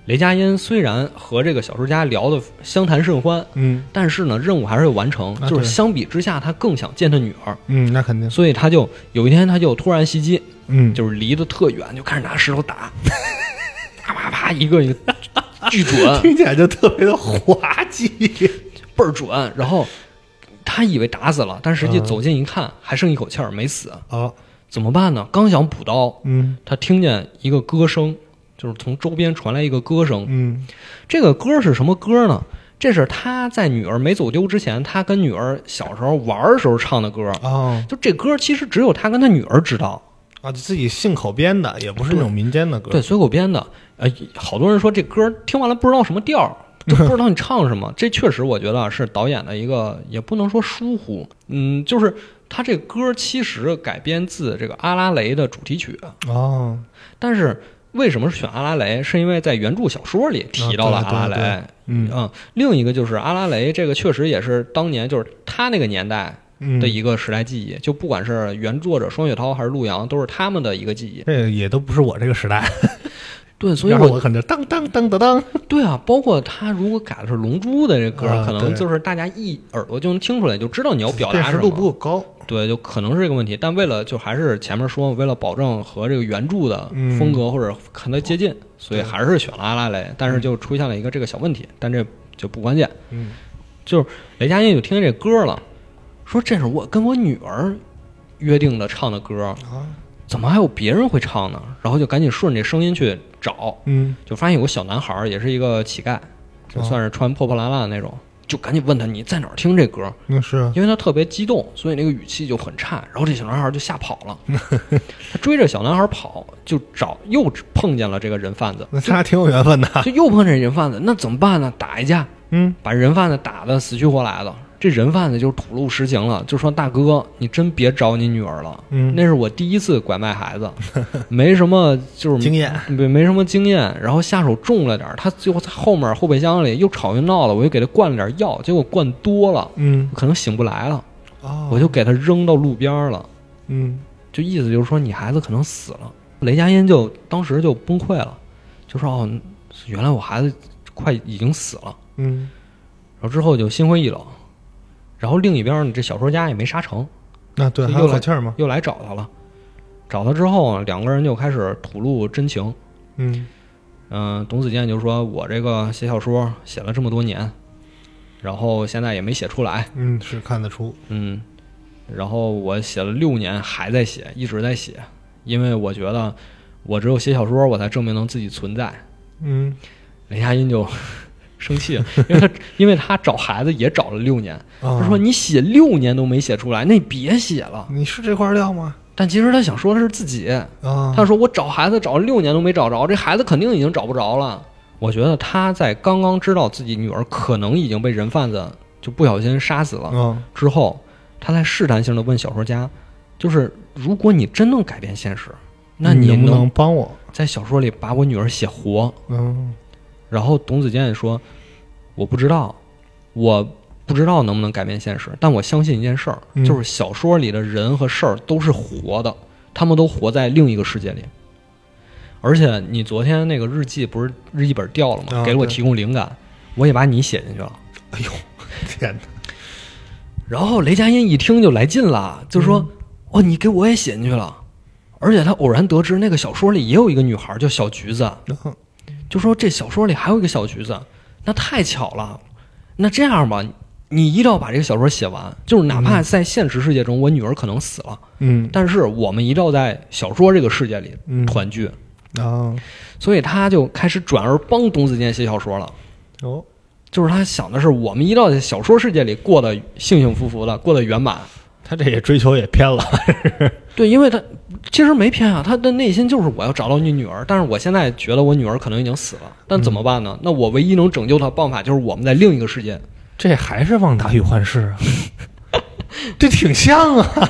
雷佳音虽然和这个小说家聊得相谈甚欢，嗯但是呢，任务还是要完成。啊就是对相比之下，他更想见他女儿，嗯，那肯定，所以他就有一天他就突然袭击，嗯，就是离得特远，就开始拿石头打， 啪啪啪，一个一个巨准，听起来就特别的滑稽。倍儿准。然后他以为打死了，但实际嗯走近一看，还剩一口气儿没死，啊，怎么办呢？刚想补刀，嗯他听见一个歌声，就是从周边传来一个歌声。嗯这个歌是什么歌呢？这是他在女儿没走丢之前，他跟女儿小时候玩儿时候唱的歌。哦就这歌其实只有他跟他女儿知道，啊，就自己信口编的，也不是那种民间的歌。对，随口编的。呃，好多人说这歌听完了不知道什么调儿，就不知道你唱什么。这确实我觉得是导演的一个，也不能说疏忽，嗯，就是他这歌其实改编自这个阿拉蕾的主题曲，哦，但是为什么选阿拉蕾？是因为在原著小说里提到了啊对阿拉对蕾，嗯嗯，另一个就是阿拉蕾，这个确实也是当年就是他那个年代嗯，的一个时代记忆，就不管是原作者双雪涛还是陆阳，都是他们的一个记忆。这也都不是我这个时代，对，所以要是我我可能当当当当当，对啊，包括他如果改的是《龙珠》的这歌，啊可能对就是大家一耳朵就能听出来，就知道你要表辨达识什度么。不够高。对，就可能是这个问题。但为了就还是前面说，为了保证和这个原著的嗯风格或者看它接近，所以对还是选了阿拉蕾。但是就出现了一个这个小问题，但这就不关键。嗯就是雷佳音就听见这歌了，说这是我跟我女儿约定的唱的歌，啊，怎么还有别人会唱呢？然后就赶紧顺着这声音去找，嗯就发现有个小男孩儿，也是一个乞丐，就哦算是穿破破烂烂的那种，就赶紧问他你在哪儿听这歌？那是因为他特别激动，所以那个语气就很差。然后这小男孩儿就吓跑了，他追着小男孩儿跑，就找又碰见了这个人贩子，那他俩挺有缘分的。就又碰见人贩子，那怎么办呢？打一架，嗯把人贩子打得死去活来的。这人贩子就吐露实情了，就说：“大哥，你真别找你女儿了，嗯，那是我第一次拐卖孩子，没什么就是经验没没什么经验，然后下手重了点儿，他最后在后面后备箱里又吵又闹了，我又给他灌了点药，结果灌多了，嗯可能醒不来了，哦我就给他扔到路边儿了，嗯就意思就是说你孩子可能死了。雷佳音就当时就崩溃了，就说哦，原来我孩子快已经死了，嗯然后之后就心灰意冷，然后另一边儿呢，这小说家也没杀成，那对就还又有来口气儿吗？又来找他了，找他之后呢，两个人就开始吐露真情。嗯嗯，董子健就说：“我这个写小说写了这么多年，然后现在也没写出来，嗯，是看得出。嗯，然后我写了六年还在写，一直在写，因为我觉得我只有写小说，我才证明能自己存在。嗯”雷佳音就 生气了，因为他因为他找孩子也找了六年，啊，他说：“你写六年都没写出来，那你别写了。你是这块料吗？”但其实他想说的是自己，啊，他说我找孩子找了六年都没找着，这孩子肯定已经找不着了。我觉得他在刚刚知道自己女儿可能已经被人贩子就不小心杀死了嗯之后，他在试探性的问小说家，就是如果你真能改变现实，那你你嗯能不能能帮我？在小说里把我女儿写活？嗯然后董子健也说，我不知道，我不知道能不能改变现实，但我相信一件事儿，嗯就是小说里的人和事儿都是活的，他们都活在另一个世界里。而且你昨天那个日记不是日记本掉了吗？啊给了我对提供灵感，我也把你写进去了。天哪！然后雷佳音一听就来劲了，就说：“嗯哦，你给我也写进去了。”而且他偶然得知那个小说里也有一个女孩叫小橘子，嗯就说这小说里还有一个小橘子，那太巧了。那这样吧，你一定要把这个小说写完，就是哪怕在现实世界中我女儿可能死了，嗯但是我们一定要在小说这个世界里嗯团聚。啊所以他就开始转而帮董子健写小说了。哦就是他想的是，我们一定要在小说世界里过得幸幸福福的，过得圆满。他这也追求也偏了。对，因为他其实没偏啊，他的内心就是我要找到你女儿，但是我现在觉得我女儿可能已经死了，但嗯怎么办呢？那我唯一能拯救她的办法就是我们在另一个世界 这还是《旺达与幻视》啊，这挺像啊。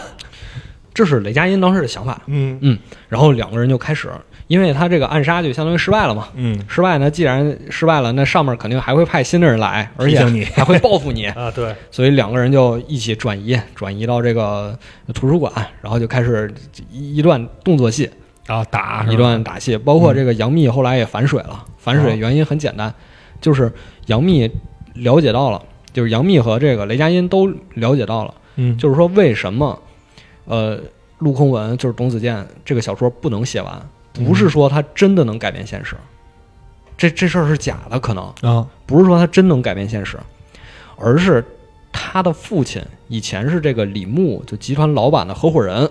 这是雷佳音当时的想法。嗯然后两个人就开始，因为他这个暗杀就相当于失败了嘛。嗯，失败呢，既然失败了，那上面肯定还会派新的人来，而提且醒你，还会报复你啊，对，所以两个人就一起转移，转移到这个图书馆，然后就开始一一段动作戏，然后打一段打戏，包括这个杨幂后来也反水了。反水原因很简单，就是杨幂了解到了，就是杨幂和这个雷佳音都了解到了，嗯就是说为什么，呃，陆空文就是董子健这个小说不能写完，不是说他真的能改变现实，这这事儿是假的，可能啊不是说他真能改变现实，而是他的父亲以前是这个李牧就集团老板的合伙人，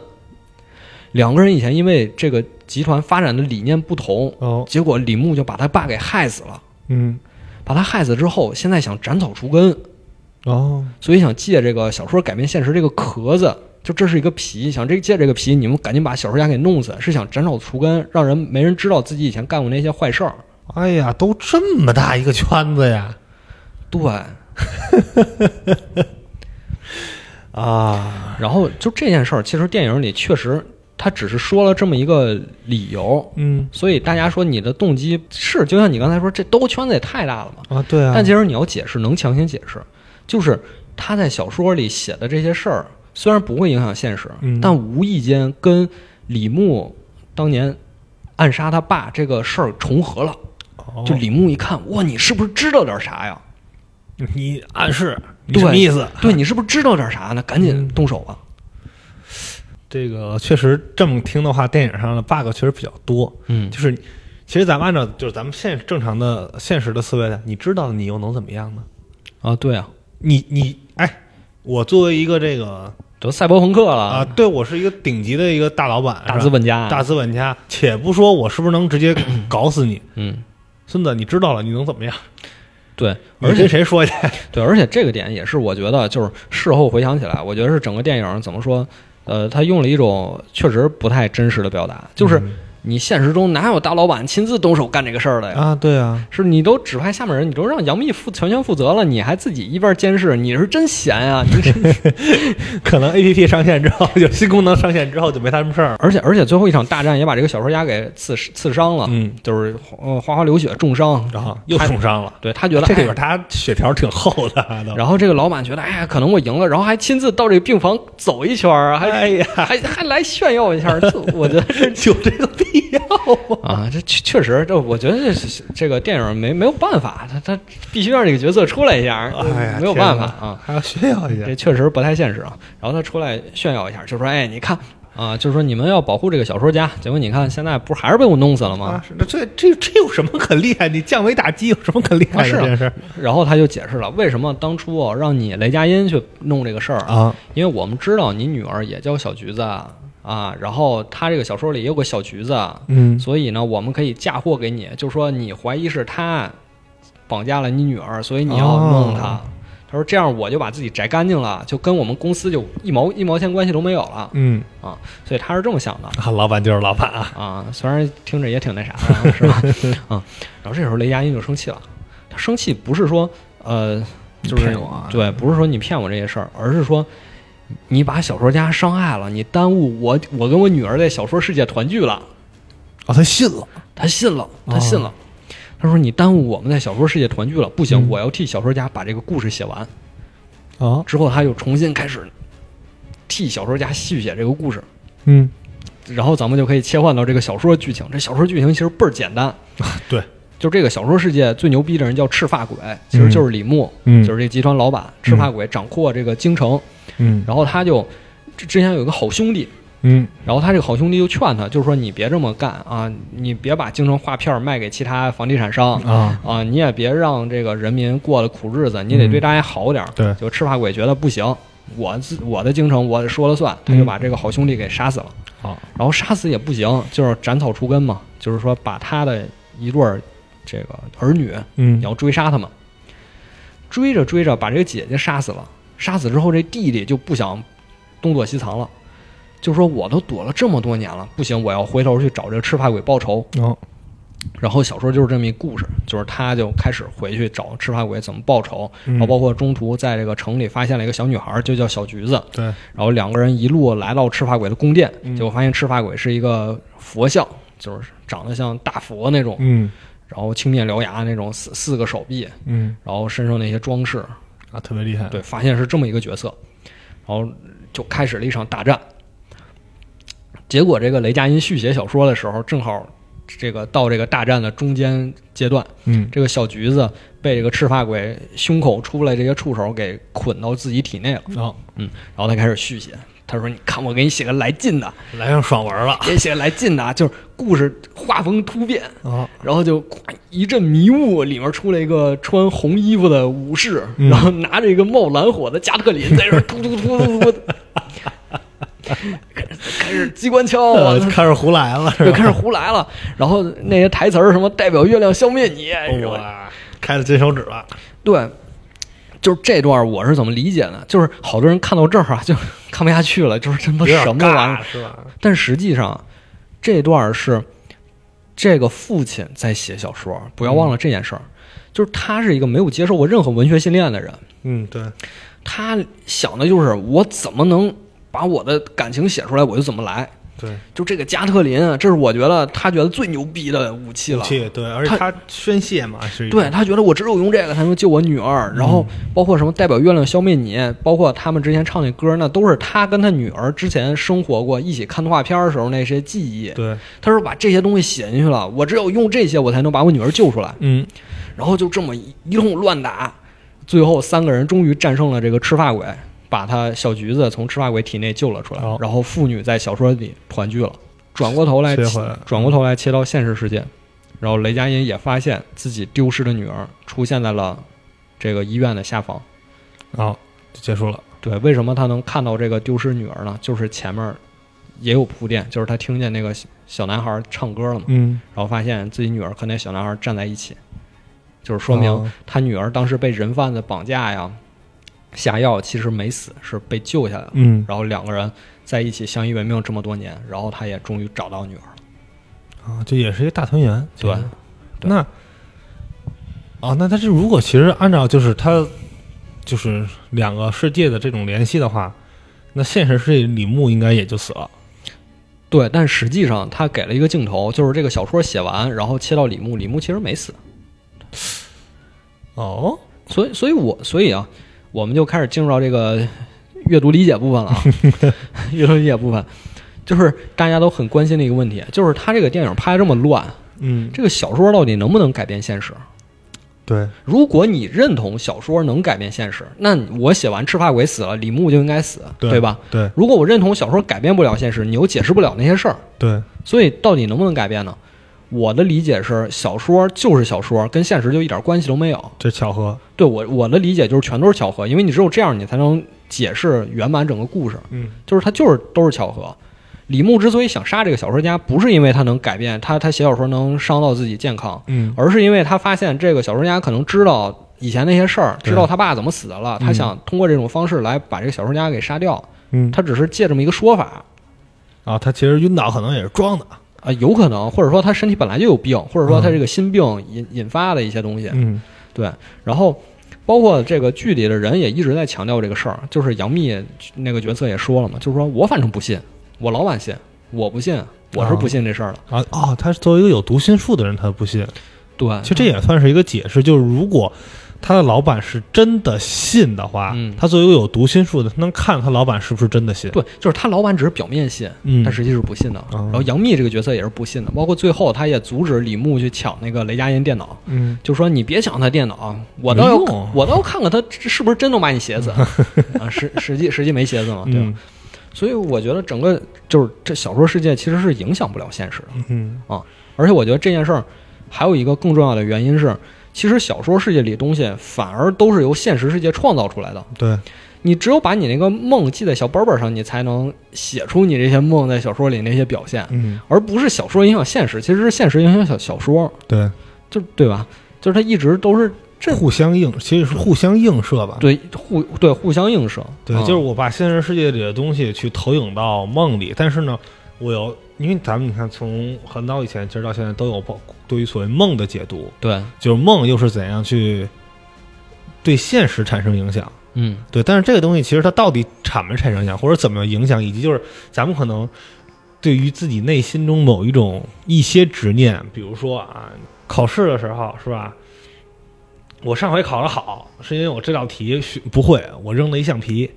两个人以前因为这个集团发展的理念不同，哦结果李牧就把他爸给害死了，嗯把他害死之后，现在想斩草除根，哦所以想借这个小说改变现实这个壳子，就这是一个皮，想这借这个皮，你们赶紧把小说家给弄死，是想斩草除根，让人没人知道自己以前干过那些坏事儿。哎呀，都这么大一个圈子呀！对，啊，然后就这件事儿，其实电影里确实他只是说了这么一个理由，嗯所以大家说你的动机是，就像你刚才说，这兜圈子也太大了嘛。啊，对啊，但其实你要解释，能强行解释，就是他在小说里写的这些事儿，虽然不会影响现实，嗯但无意间跟李牧当年暗杀他爸这个事儿重合了。哦就李牧一看，哇，你是不是知道点啥呀？你暗示你对什么意思？对你是不是知道点啥呢？赶紧嗯动手吧。这个确实这么听的话，电影上的 bug 确实比较多。嗯就是其实咱们按照就是咱们现正常的现实的思维来，你知道你又能怎么样呢？啊，对啊，你你哎，我作为一个这个都赛博朋克了，啊，对我是一个顶级的一个大老板，大是资吧本家，大资本家，啊且不说我是不是能直 接搞死你，嗯，孙子，你知道了，你能怎么样？对，你而且跟谁说 去？对，而且这个点也是我觉得，就是事后回想起来，我觉得是整个电影怎么说，呃，他用了一种确实不太真实的表达，嗯就是你现实中哪有大老板亲自动手干这个事儿的呀？啊，对啊，是你都指派下面人，你都让杨幂负全权负责了，你还自己一边监视，你是真闲啊！你 这 可能 A P P 上线之后，有新功能上线之后就没他们事儿了。而且而且最后一场大战也把这个小说家给刺刺伤了，嗯，就是呃哗哗流血重伤，然后又他重伤了。对他觉得这里哎边他血条挺厚的啊，都。然后这个老板觉得，哎呀，可能我赢了，然后还亲自到这个病房走一圈儿，啊还、哎呀， 还还来炫耀一下，这我觉得是有这个必要吗？啊，这确确实，这我觉得这是这个电影没没有办法，他他必须让这个角色出来一下，哎呀，没有办法天哪哎啊，，还要炫耀一下这确实不太现实啊。然后他出来炫耀一下，就说，哎，你看啊，就是说你们要保护这个小说家，结果你看现在不是还是被我弄死了吗？啊！是那这这这有什么可厉害？你降维打击有什么可厉害啊的是啊这件事然后他就解释了为什么当初哦让你雷佳音去弄这个事儿啊？因为我们知道你女儿也叫小橘子啊啊，然后她这个小说里也有个小橘子，啊嗯所以呢，我们可以嫁祸给你，就说你怀疑是她绑架了你女儿，所以你要弄她。哦他说：“这样我就把自己摘干净了，就跟我们公司就一毛一毛钱关系都没有了。嗯，”所以他是这么想的啊，老板就是老板啊！啊，虽然听着也挺那啥的 啊，是吧？啊，然后这时候雷佳音就生气了，他生气不是说呃，就是骗我啊对，不是说你骗我这些事儿，而是说你把小说家伤害了，你耽误我我跟我女儿在小说世界团聚了。哦，他信了，他信了，他哦信了。他说：“你耽误我们在小说世界团聚了，不行，嗯我要替小说家把这个故事写完。啊，之后，他又重新开始替小说家续写这个故事，嗯，然后咱们就可以切换到这个小说剧情。这小说剧情其实倍儿简单，对，就这个小说世界最牛逼的人叫赤发鬼，其实就是李牧，嗯就是这集团老板。赤发鬼掌控这个京城，嗯然后他就之之前有一个好兄弟，嗯然后他这个好兄弟就劝他，就是说你别这么干啊，你别把京城划片儿卖给其他房地产商。啊，啊，你也别让这个人民过了苦日子，你得嗯对大家好点儿、对就赤发鬼觉得不行，我自我的京城我说了算，他就嗯把这个好兄弟给杀死了。好，然后杀死也不行，就是斩草除根嘛，就是说把他的一对儿这个儿女，嗯你要追杀他们。追着追着，把这个姐姐杀死了。杀死之后，这弟弟就不想东躲西藏了，就说我都躲了这么多年了，不行，我要回头去找这个赤发鬼报仇。哦，然后小说就是这么一故事，就是他就开始回去找赤发鬼怎么报仇，嗯然后包括中途在这个城里发现了一个小女孩，就叫小橘子，对，然后两个人一路来到赤发鬼的宫殿，嗯结果发现赤发鬼是一个佛像，就是长得像大佛那种，嗯然后青面獠牙那种四四个手臂，嗯然后身上那些装饰，啊，特别厉害，对，发现是这么一个角色，然后就开始了一场大战。结果这个雷佳音续写小说的时候，正好这个到这个大战的中间阶段，嗯这个小橘子被这个赤发鬼胸口出来这些触手给捆到自己体内了，嗯哦，然后他开始续写。他说：“你看，我给你写个来劲的，来上爽文了给你写个来劲的啊，就是故事画风突变，啊，然后就咵一阵迷雾，里面出来一个穿红衣服的武士，嗯然后拿着一个冒蓝火的加特林，在这儿突突突突突，开始机关枪啊， 呃开始胡来 了是就吧？开始胡来了。然后那些台词儿什么代表月亮消灭你，哎哎什么哇，开了金手指了，对，就是这段我是怎么理解呢？就是好多人看到这儿啊，就 看不下去了，就是他妈有点什么尬玩意儿？是吧？但实际上，这段是这个父亲在写小说，不要忘了这件事儿。就是他是一个没有接受过任何文学训练的人，嗯，对，他想的就是我怎么能把我的感情写出来，我就怎么来。对，就这个加特林啊，这是我觉得他觉得最牛逼的武器了。气对，而且他宣泄嘛，是一个嗯对他觉得我只有用这个才能救我女儿，然后包括什么代表月亮消灭你，包括他们之前唱那歌，那都是他跟他女儿之前生活过一起看动画片儿时候那些记忆。对，他说把这些东西写进去了，我只有用这些，我才能把我女儿救出来。嗯然后就这么一一通乱打，最后三个人终于战胜了这个赤发鬼，把他小橘子从赤发鬼体内救了出来好。然后父女在小说里团聚了。转过头来切回来，转过头来切到现实世界，然后雷佳音也发现自己丢失的女儿出现在了这个医院的下方。啊，就结束了，对，为什么他能看到这个丢失女儿呢？就是前面呃也有铺垫，就是他听见那个小小男孩唱歌了嘛。嗯，然后发现自己女儿和那小男孩站在一起，就是说明啊他女儿当时被人贩子绑架呀、下药，其实没死，是被救下来了。嗯然后两个人在一起相依为命这么多年，然后他也终于找到女儿了。啊，这也是一个大团圆，对其实，那啊，那他这如果其实按照就是他就是两个世界的这种联系的话，那现实世界李牧应该也就死了，对，但实际上他给了一个镜头，就是这个小说写完，然后切到李牧，李牧其实没死。哦，所以，所以我，所以啊，我们就开始进入到这个阅读理解部分了啊。阅读理解部分，就是大家都很关心的一个问题，就是他这个电影拍得这么乱，嗯，这个小说到底能不能改变现实？对，如果你认同小说能改变现实，那我写完赤发鬼死了，李牧就应该死，对吧？对如果我认同小说改变不了现实，你又解释不了那些事儿，对，所以到底能不能改变呢？我的理解是，小说就是小说，跟现实就一点关系都没有。这巧合，对我我的理解就是全都是巧合，因为你只有这样，你才能解释圆满整个故事。嗯就是它就是都是巧合。李牧之所以想杀这个小说家，不是因为他能改变他他写小说能伤到自己健康，嗯而是因为他发现这个小说家可能知道以前那些事儿，对知道他爸怎么死的了，嗯他想通过这种方式来把这个小说家给杀掉。嗯，他只是借这么一个说法啊，他其实晕倒可能也是装的，啊、有可能，或者说他身体本来就有病，或者说嗯他这个心病引引发的一些东西。嗯对，然后包括这个剧里的人也一直在强调这个事儿，就是杨幂那个角色也说了嘛，就是说我反正不信，我老板信，我不信，我是不信这事儿的。啊啊，他作为一个有读心术的人，他不嗯信，对，其实这也算是一个解释，就是如果他的老板是真的信的话，嗯他作为一个有读心术的，他能看他老板是不是真的信。对，就是他老板只是表面信，嗯，但实际是不信的。嗯然后杨幂这个角色也是不信的，包括最后她也阻止李牧去抢那个雷佳音电脑，嗯，就说你别抢他电脑，啊我没倒要用我倒要看看他是不是真能买你鞋 子啊，实实际实际没鞋子嘛，对吧？嗯所以我觉得整个就是这小说世界其实是影响不了现实的。嗯而且我觉得这件事儿还有一个更重要的原因是，其实小说世界里的东西反而都是由现实世界创造出来的。对，嗯你只有把你那个梦记在小本本上，你才能写出你这些梦在小说里那些表现，嗯而不是小说影响现实，其实是现实影响小小说，对，就对吧？就是它一直都是这互相映，其实是互相映射吧。对互对互相映射，啊对，嗯就是我把现实世界里的东西去投影到梦里，但是呢，我有，因为咱们你看，从很早以前其实到现在都有包对于所谓梦的解读，嗯对，就是梦又是怎样去对现实产生影响。嗯对，但是这个东西其实它到底产没产生影响，或者怎么影响，以及就是咱们可能对于自己内心中某一种一些执念，比如说啊，考试的时候是吧？我上回考得好，是因为我这道题学不会，我扔了一橡皮，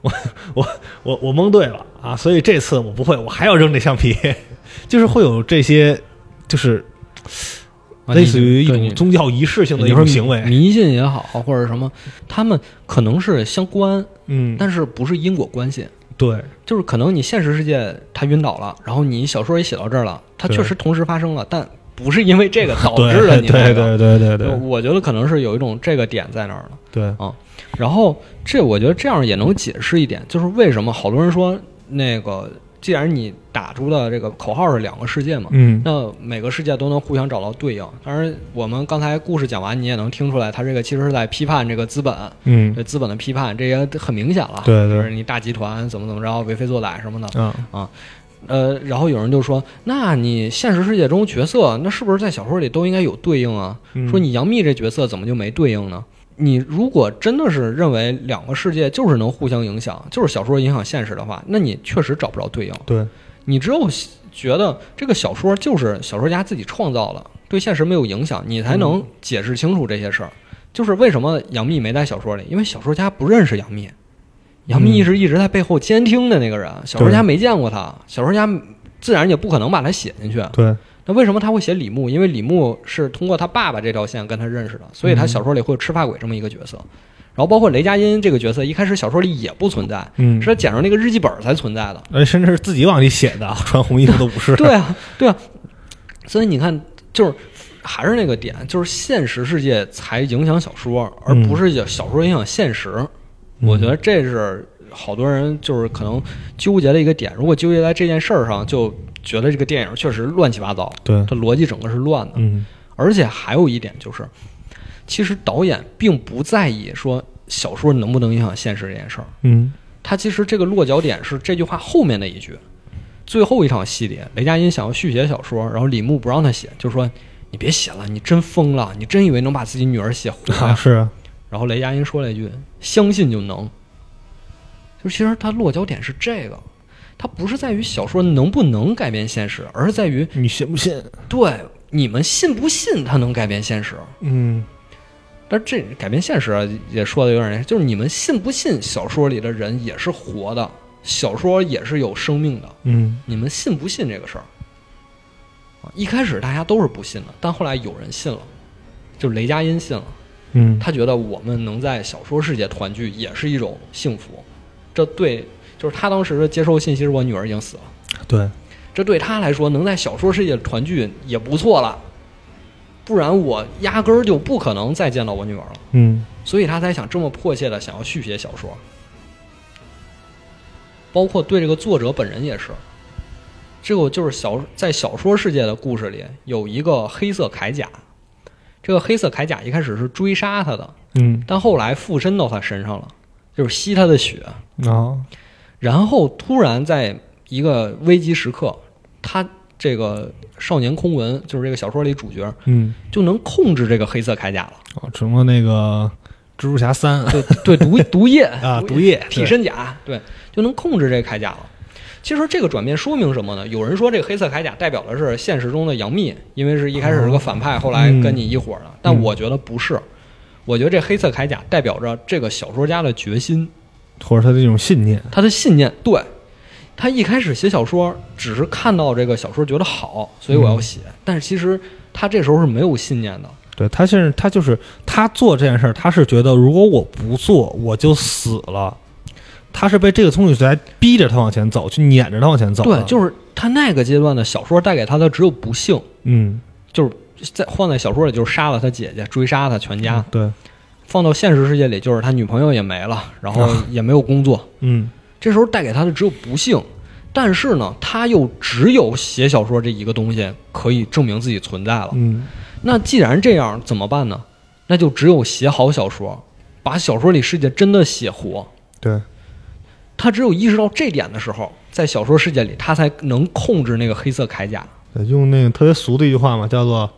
我我我我蒙对了啊，所以这次我不会，我还要扔这橡皮，就是会有这些，就是啊类似于你一种对宗教仪式性的你一你说种行为，迷信也好，或者什么，他们可能是相关，嗯，但是不是因果关系。对，就是可能你现实世界他晕倒了，然后你小说也写到这儿了，它对确实同时发生了，但不是因为这个导 对致了你那对个对对对就对我觉得可能是有一种这个点在那儿了。对，然后这我觉得这样也能解释一点，就是为什么好多人说那个，既然你打出的这个口号是两个世界嘛，嗯。那每个世界都能互相找到对应。当然，我们刚才故事讲完，你也能听出来，他这个其实是在批判这个资本，嗯对资本的批判，这也很明显了。对对就是你大集团怎么怎么着，为非作歹什么的。啊，呃，然后有人就说，那你现实世界中角色，那是不是在小说里都应该有对应啊？嗯说你杨幂这角色怎么就没对应呢？你如果真的是认为两个世界就是能互相影响，就是小说影响现实的话，那你确实找不着对应。对，你只有觉得这个小说就是小说家自己创造了，对现实没有影响，你才能解释清楚这些事儿。就是为什么杨幂没在小说里，因为小说家不认识杨幂，杨幂是一直在背后监听的那个人，小说家没见过她，小说家自然也不可能把她写进去。对，那为什么他会写李牧？因为李牧是通过他爸爸这条线跟他认识的，所以他小说里会有吃发鬼这么一个角色。然后包括雷佳音这个角色，一开始小说里也不存在，嗯是，他捡着那个日记本儿才存在的。呃，甚至是自己往里写的，啊穿红衣服的武士，对啊，对啊。所以你看，就是还是那个点，就是现实世界才影响小说，而嗯不是小说影响现实。嗯我觉得这是好多人就是可能纠结的一个点。如果纠结在这件事儿上，就觉得这个电影确实乱七八糟， 对，它逻辑整个是乱的。嗯，而且还有一点就是，其实导演并不在意说小说能不能影响现实这件事儿。嗯，他其实这个落脚点是这句话后面的一句，最后一场戏里，雷佳音想要续写小说，然后李牧不让他写，就说你别写了，你真疯了，你真以为能把自己女儿写活啊， 呀？是啊，然后雷佳音说了一句：“相信就能。”就其实他落脚点是这个，他不是在于小说能不能改变现实，而是在于你信不信？对你们信不信他能改变现实。嗯，但是这改变现实啊也说的有点那，就是你们信不信小说里的人也是活的，小说也是有生命的，嗯，你们信不信这个事儿？啊，一开始大家都是不信的，但后来有人信了，就雷佳音信了，嗯，他觉得我们能在小说世界团聚也是一种幸福，这对就是他当时接收信息是我女儿已经死了，对，这对他来说能在小说世界团聚也不错了，不然我压根儿就不可能再见到我女儿了。嗯，所以他才想这么迫切的想要续写小说，包括对这个作者本人也是。这个就是小在小说世界的故事里有一个黑色铠甲，这个黑色铠甲一开始是追杀他的，嗯，但后来附身到他身上了，就是吸他的血，啊，然后突然在一个危机时刻，他这个少年空文就是这个小说里主角嗯，就能控制这个黑色铠甲了，哦，成了那个蜘蛛侠三 对对，毒毒液啊，毒液替，身甲，对，就能控制这个铠甲了。其实这个转变说明什么呢？有人说这个黑色铠甲代表的是现实中的杨幂，因为是一开始哦是个反派，后嗯来跟你一伙儿的。但我觉得不是，我觉得这黑色铠甲代表着这个小说家的决心，对或者他的这种信念，他的信念。对他一开始写小说，只是看到这个小说觉得好，所以我嗯要写。但是其实他这时候是没有信念的。对他现在他就是他做这件事儿，他是觉得如果我不做，我就死了。他是被这个东西在逼着他往前走，去撵着他往前走的。对，就是他那个阶段的小说带给他的只有不幸。嗯，就是在放在小说里就是杀了他姐姐，追杀他全家；对，放到现实世界里就是他女朋友也没了，然后也没有工作。嗯，这时候带给他的只有不幸，但是呢，他又只有写小说这一个东西可以证明自己存在了。嗯，那既然这样，怎么办呢？那就只有写好小说，把小说里世界真的写活。对，他只有意识到这点的时候，在小说世界里，他才能控制那个黑色铠甲。对用那个特别俗的一句话嘛，叫做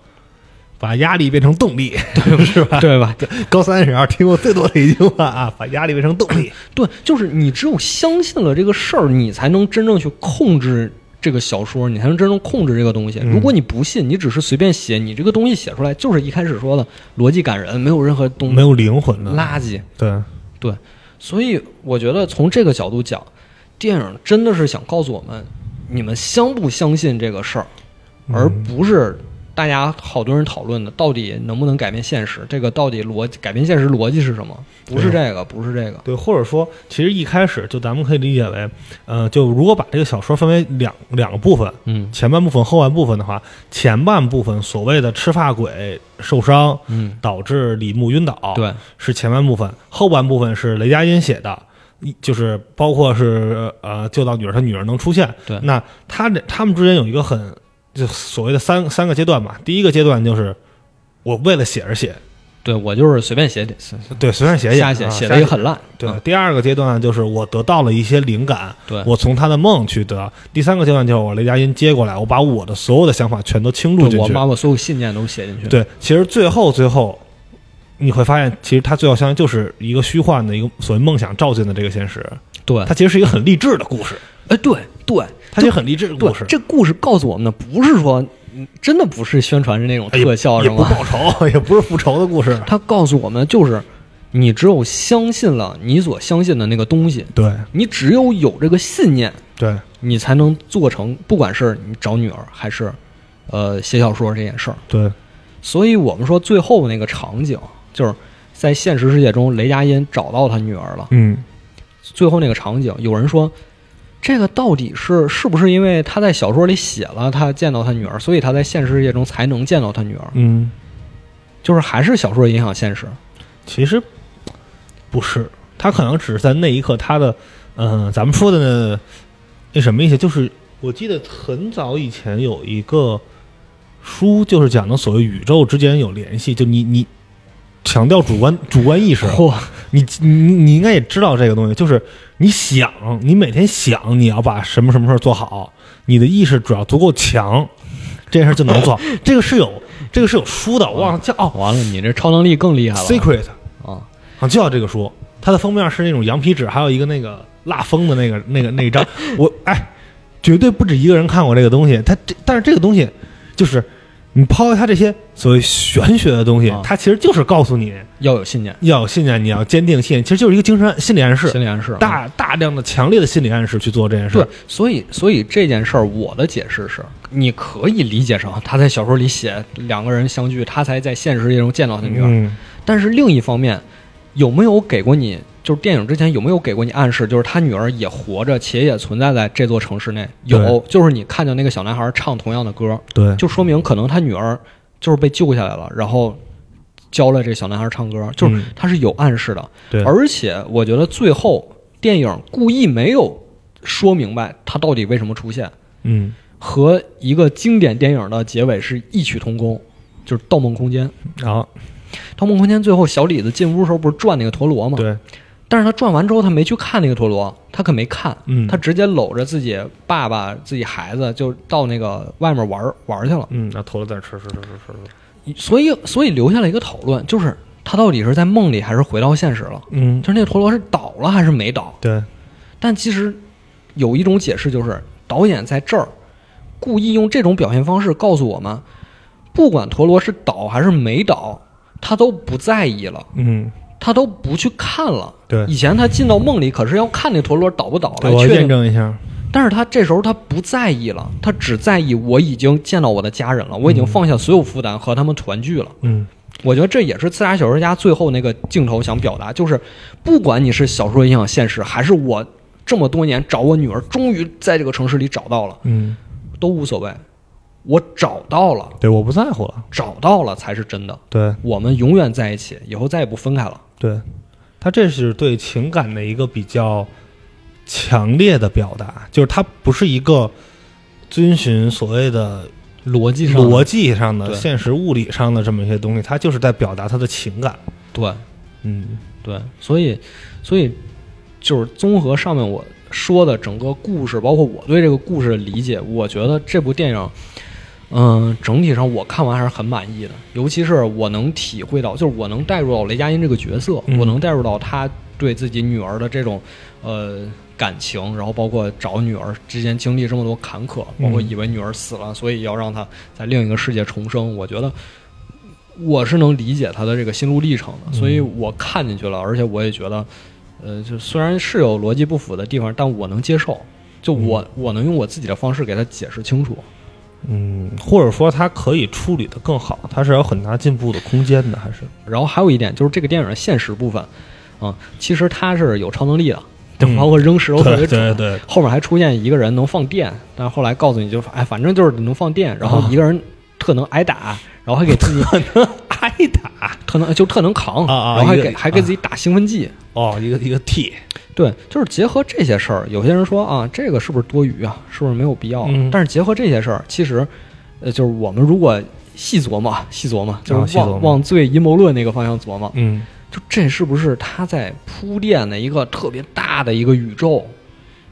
把压力变成动力， 对是 吧？对 吧？高三时候听过最多的一句话啊，把压力变成动力。对，就是你只有相信了这个事儿，你才能真正去控制这个小说，你才能真正控制这个东西。嗯如果你不信，你只是随便写，你这个东西写出来就是一开始说的逻辑感人，没有任何东 没有灵魂的，垃圾。对，所以我觉得从这个角度讲，电影真的是想告诉我们，你们相不相信这个事儿，嗯而不是大家好多人讨论的到底能不能改变现实，这个到底逻辑改变现实逻辑是什么？不是这个，不是这个。对，或者说，其实一开始就咱们可以理解为，呃，就如果把这个小说分为两两个部分，嗯前半部分、后半部分的话，前半部分所谓的赤发鬼受伤嗯，导致李牧晕倒，，对，是前半部分；后半部分是雷佳音写的，一就是包括是呃救到女儿，他女儿能出现。对那他这他们之间有一个很就所谓的三三个阶段嘛，第一个阶段就是我为了写而写，对我就是随便写点，对，随便写瞎写写，啊写瞎的也很烂。对嗯，第二个阶段就是我得到了一些灵感，对我从他的梦去得。第三个阶段就是我雷佳音接过来，我把我的所有的想法全都倾注对进我去。把我所有信念都写进去。对，其实最后最后，你会发现，其实他最后相当于就是一个虚幻的一个所谓梦想照进的这个现实。对，它其实是一个很励志的故事，哎，对对它其实很励志的故对事，，这故事告诉我们的不是说，嗯真的不是宣传是那种也特效哎也什不么，报仇， 也不是复仇的故 事。他告诉我们就是，你只有相信了你所相信的那个东西，对你只有有这个信念，对，你才能做成，不管是你找女儿还是，呃，写小说这件事儿。对，所以我们说最后那个场景，就是在现实世界中，雷佳音找到他女儿了。嗯，最后那个场景，有人说，这个到底是是不是因为他在小说里写了他见到他女儿，所以他在现实世界中才能见到他女儿？嗯，就是还是小说影响现实？其实不是，他可能只是在那一刻，他的嗯、呃咱们说的呢，那什么意思？就是我记得很早以前有一个书，就是讲的所谓宇宙之间有联系，就你你强调主观主观意识，嚯，你你你应该也知道这个东西，就是你想，你每天想你要把什么什么事儿做好，你的意识只要足够强，这件事儿就能做好。这个是有这个是有书的，我忘了叫哦完了，你这超能力更厉害了，Secret。啊！啊，就要这个书，它的封面是那种羊皮纸，还有一个那个蜡封的那个那个 那一张。我哎，绝对不止一个人看过这个东西。它这但是这个东西，就是你抛开它这些所谓玄学的东西啊，它其实就是告诉你要有信念，要有信念，你要坚定信念，其实就是一个精神心理暗示，心理暗示啊。大大量的强烈的心理暗示去做这件事。对，所以所以这件事儿，我的解释是，你可以理解成他在小说里写两个人相聚，他才在现实世界中见到他女儿。嗯，但是另一方面，有没有给过你，就是电影之前有没有给过你暗示，就是他女儿也活着，且也存在在这座城市内？有，嗯就是你看见那个小男孩唱同样的歌，对，就说明可能他女儿就是被救下来了，然后教了这个小男孩唱歌，就是嗯他是有暗示的。对而且我觉得最后电影故意没有说明白他到底为什么出现，嗯和一个经典电影的结尾是异曲同工，就是《盗梦空间》。然后《盗梦空间》最后小李子进屋的时候不是转那个陀螺吗？对，但是他转完之后，他没去看那个陀螺，他可没看，嗯他直接搂着自己爸爸、自己孩子就到那个外面玩儿玩儿去了。嗯，那头了在吃吃吃吃吃吃，所以，所以留下了一个讨论，就是他到底是在梦里还是回到现实了？嗯就，是那个陀螺是倒了还是没倒？对，但其实有一种解释就是，导演在这儿故意用这种表现方式告诉我们，不管陀螺是倒还是没倒，他都不在意了。嗯，他都不去看了。对以前他进到梦里可是要看那陀螺倒不倒对来我要确验定，证一下，但是他这时候他不在意了，他只在意我已经见到我的家人了，我已经放下所有负担和他们团聚了。嗯，我觉得这也是《刺杀小说家》最后那个镜头想表达，就是不管你是小说影响现实，还是我这么多年找我女儿，终于在这个城市里找到了，嗯，都无所谓。我找到了，对，我不在乎了，找到了才是真的。对。我们永远在一起，以后再也不分开了。对，他这是对情感的一个比较强烈的表达，就是他不是一个遵循所谓的逻辑上，逻辑上的、对现实物理上的这么一些东西，他就是在表达他的情感。对，嗯对，所以所以就是综合上面我说的整个故事，包括我对这个故事的理解，我觉得这部电影，嗯、整体上我看完还是很满意的。尤其是我能体会到，就是我能带入到雷佳音这个角色，嗯我能带入到他对自己女儿的这种呃感情，然后包括找女儿之间经历这么多坎坷，包括嗯以为女儿死了，所以要让她在另一个世界重生。我觉得我是能理解他的这个心路历程嗯的，所以我看进去了，而且我也觉得，呃，就虽然是有逻辑不符的地方，但我能接受，就我、我能用我自己的方式给他解释清楚。嗯，或者说它可以处理的更好，它是有很大进步的空间的，还是然后还有一点就是这个电影的现实部分，啊、其实它是有超能力的，嗯包括扔石头特别对准。对 对， 后面还出现一个人能放电，但是后来告诉你就哎，反正就是能放电，然啊后一个人特能挨打，然后还给自己挨打特能就特能扛，啊啊然后还一个给还给自己打兴奋剂。哦，一个一个 T，对，就是结合这些事儿，有些人说啊，这个是不是多余啊？是不是没有必要啊？嗯但是结合这些事儿，其实，呃，就是我们如果细琢磨啊，细琢磨，就啊是细琢往、磨往最阴谋论那个方向琢磨，嗯，就这是不是他在铺垫的一个特别大的一个宇宙？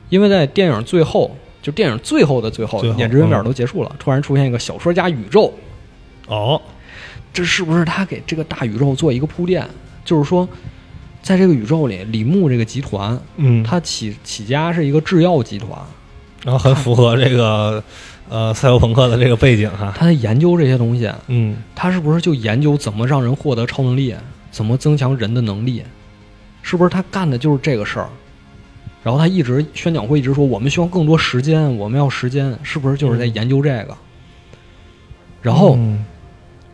因为在电影最后，就电影最后的最后，最后嗯演职员表都结束了，突然出现一个小说家宇宙，哦，这是不是他给这个大宇宙做一个铺垫？就是说，在这个宇宙里，李牧这个集团。嗯，它起起家是一个制药集团，然后很符合这个呃赛博朋克的这个背景哈，它在研究这些东西，嗯它是不是就研究怎么让人获得超能力，怎么增强人的能力？是不是他干的就是这个事儿？然后他一直宣讲会一直说，我们需要更多时间，我们要时间，是不是就是在研究这个？然后嗯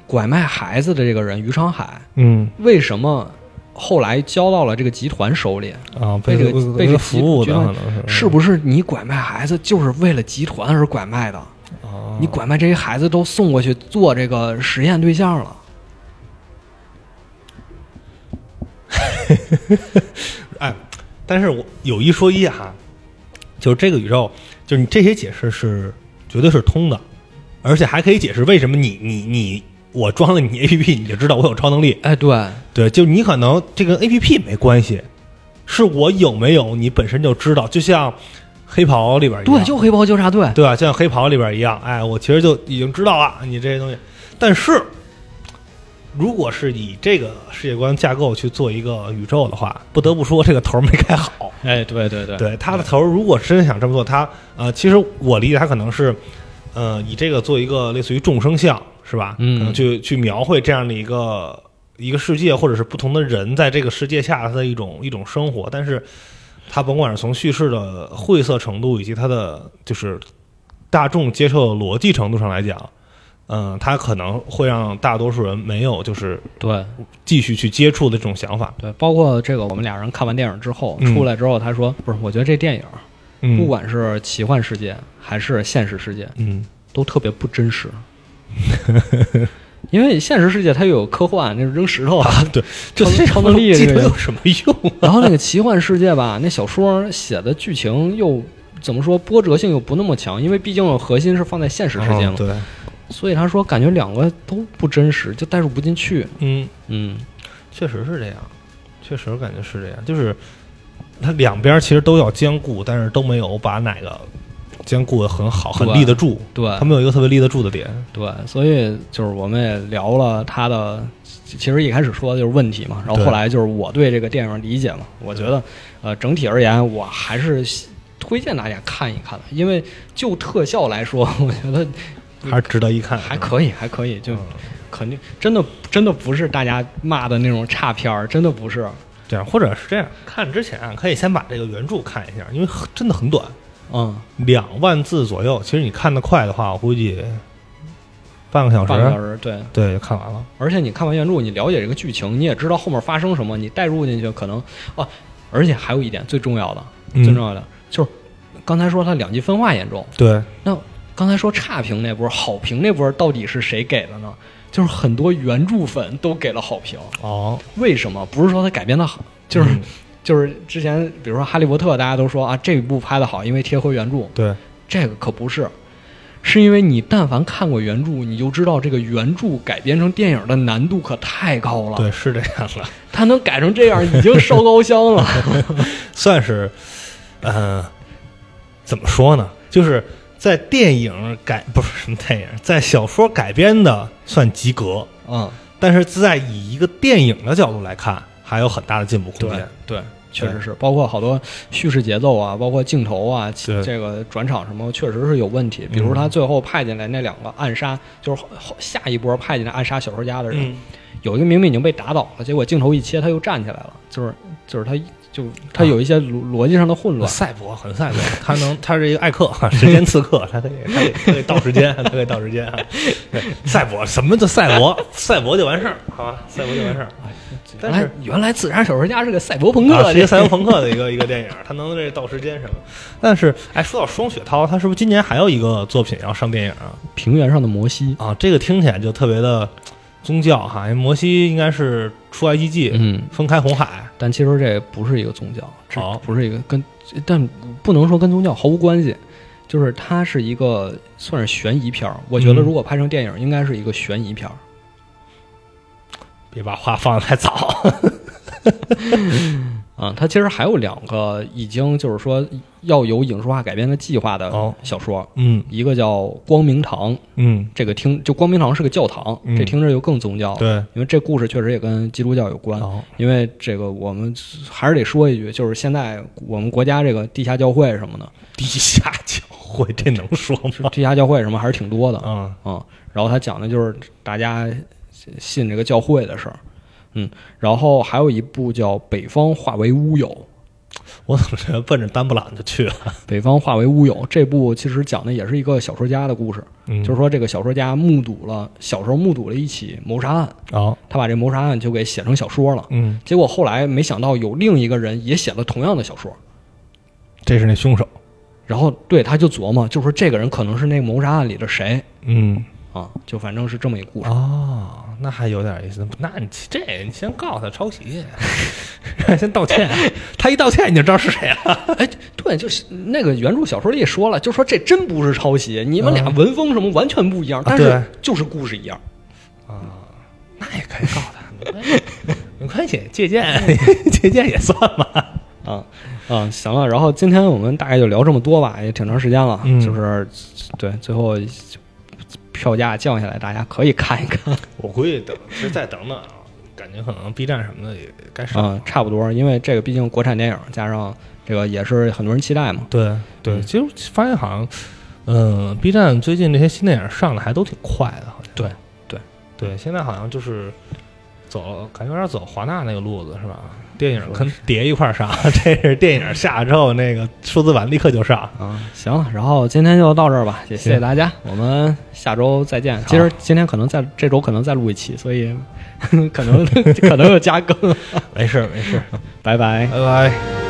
拐卖孩子的这个人于长海，嗯为什么后来交到了这个集团手里？啊，被这个被这个集服务的集团可能是不是你拐卖孩子就是为了集团而拐卖的？哦你拐卖这些孩子都送过去做这个实验对象了，哎，但是我有一说一哈，就是这个宇宙，就是你这些解释是绝对是通的，而且还可以解释为什么你你你我装了你 A P P 你就知道我有超能力。哎，对，对，就你可能这跟 A P P 没关系，是我有没有你本身就知道，就像黑袍里边一样，对，就黑豹纠察队，对吧？就像黑袍里边一样，哎，我其实就已经知道了你这些东西，但是。如果是以这个世界观架构去做一个宇宙的话，不得不说这个头儿没开好。哎，对对对，对他的头，如果真想这么做，他呃，其实我理解他可能是，呃，以这个做一个类似于众生相，是吧？嗯可能去去描绘这样的一个一个世界，或者是不同的人在这个世界下他的一种一种生活。但是，他甭管是从叙事的晦涩程度，以及他的就是大众接受的逻辑程度上来讲，嗯、他可能会让大多数人没有就是对继续去接触的这种想法。对，包括这个，我们俩人看完电影之后嗯出来之后，他说不是，我觉得这电影嗯，不管是奇幻世界还是现实世界，嗯 都特别不真实。因为现实世界它又有科幻，那扔石头啊，啊，对，就超 这超能力技这能个有什么用？ 然后那个奇幻世界吧，那小说写的剧情又怎么说波折性又不那么强，因为毕竟核心是放在现实世界嘛哦。对，所以他说感觉两个都不真实，就代入不进去。嗯，嗯，确实是这样，确实感觉是这样，就是它两边其实都要兼顾，但是都没有把哪个兼顾的很好，很对立得住，对它没有一个特别立得住的点。对，所以就是我们也聊了他的，其其实一开始说的就是问题嘛，然后对后来就是我对这个电影理解嘛，我觉得呃整体而言我还是喜推荐大家看一看的，因为就特效来说， 我觉得还是值得一 看，还可以，还可以，就肯定真的真的不是大家骂的那种差片儿，真的不是。这样，或者是这样，看之前啊可以先把这个原著看一下，因为很真的很短，嗯，两万字左右。其实你看得快的话，我估计半个小时，半个小时，对，对，就看完了。而且你看完原著，你了解这个剧情，你也知道后面发生什么，你代入进去可能啊。而且还有一点最重要的，嗯最重要的、就是刚才说它两极分化严重，对，那刚才说差评那波，好评那波到底是谁给的呢？就是很多原著粉都给了好评，哦，为什么？不是说它改编的好，就是、嗯就是之前比如说《哈利波特》，大家都说啊这一部拍的好，因为贴合原著，对，这个可不是，是因为你但凡看过原著，你就知道这个原著改编成电影的难度可太高了。对，是这样的。 它能改成这样已经烧高香了。算是嗯、怎么说呢？就是在电影改不是什么电影，在小说改编的算及格，嗯，但是在以一个电影的角度来看，还有很大的进步空间。对，确实是，包括好多叙事节奏啊，包括镜头啊，其对这个转场什么，确实是有问题。比如他最后派进来那两个暗杀，就是后后下一波派进来暗杀小说家的人，嗯，有一个明明已经被打倒了，结果镜头一切他又站起来了，就是就是他就他有一些逻逻辑上的混乱。赛博很赛博，他能，他是一个艾克，时间刺客，他可以，他可以，他可以倒时间，他可以倒时间啊。对，赛博什么叫赛博？赛博就完事儿，好吧，赛博就完事儿。原但来是哎原来自杀小说家是个赛博朋克啊，的，是一个赛博朋克的一个一个电影，它能这倒时间什么。但是，哎，说到双雪涛，他是不是今年还有一个作品要上电影啊？平原上的摩西。啊，这个听起来就特别的宗教哈，因为摩西应该是出埃及记，嗯，分开红海，但其实这不是一个宗教，这好不是一个跟，但不能说跟宗教毫无关系，就是它是一个算是悬疑片儿。我觉得嗯如果拍成电影，应该是一个悬疑片儿。别把话放得太 早。啊，它其实还有两个已经就是说要有影视化改编的计划的哦，小说，嗯一个叫《光明堂》，嗯，这个听就光明堂是个教堂，嗯这听着就更宗教了，对，因为这故事确实也跟基督教有关。哦，因为这个，我们还是得说一句，就是现在我们国家这个地下教会什么的，地下教会这能说吗？地下教会什么还是挺多的，啊，嗯，然后他讲的就是大家信这个教会的事儿，嗯，然后还有一部叫《北方化为乌有》，我怎么觉得奔着丹布朗就去了？ 《北方化为乌有》这部其实讲的也是一个小说家的故事，嗯就是说这个小说家目睹了小时候目睹了一起谋杀案，哦，他把这谋杀案就给写成小说了，嗯，结果后来没想到有另一个人也写了同样的小说，这是那凶手。然后对他就琢磨，就说这个人可能是那谋杀案里的谁嗯，啊，就反正是这么一个故事。哦，那还有点意思。那你这你先告诉他抄袭， 先道歉。他一道歉你就知道是谁了。哎，对，就是那个原著小说里也说了，就说这真不是抄袭，你们俩文风什么完全不一样，但对是就是故事一样。那也可以告他，没关系，啊 没关系，借鉴 借鉴也算吧。啊啊，行了，然后今天我们大概就聊这么多吧，也挺长时间了，嗯就是对，最后票价降下来，大家可以看一看我估计等，其实再等等啊，感觉可能 B 站什么的也该上。啊，差不多，因为这个毕竟国产电影加上这个也是很多人期待嘛。对对，嗯其实发现好像，嗯、b 站最近这些新电影上的还都挺快的，好像。对对对，现在好像就是走，感觉有点走华纳那个路子是吧？电影跟碟一块儿上， 这是电影下了之后，那个数字版立刻就上。啊，行了，然后今天就到这儿吧，也谢谢行大家，我们下周再见。其实今天可能在这周可能再录一期，所 以可能可能有加更，没事儿没事儿，拜拜。拜拜。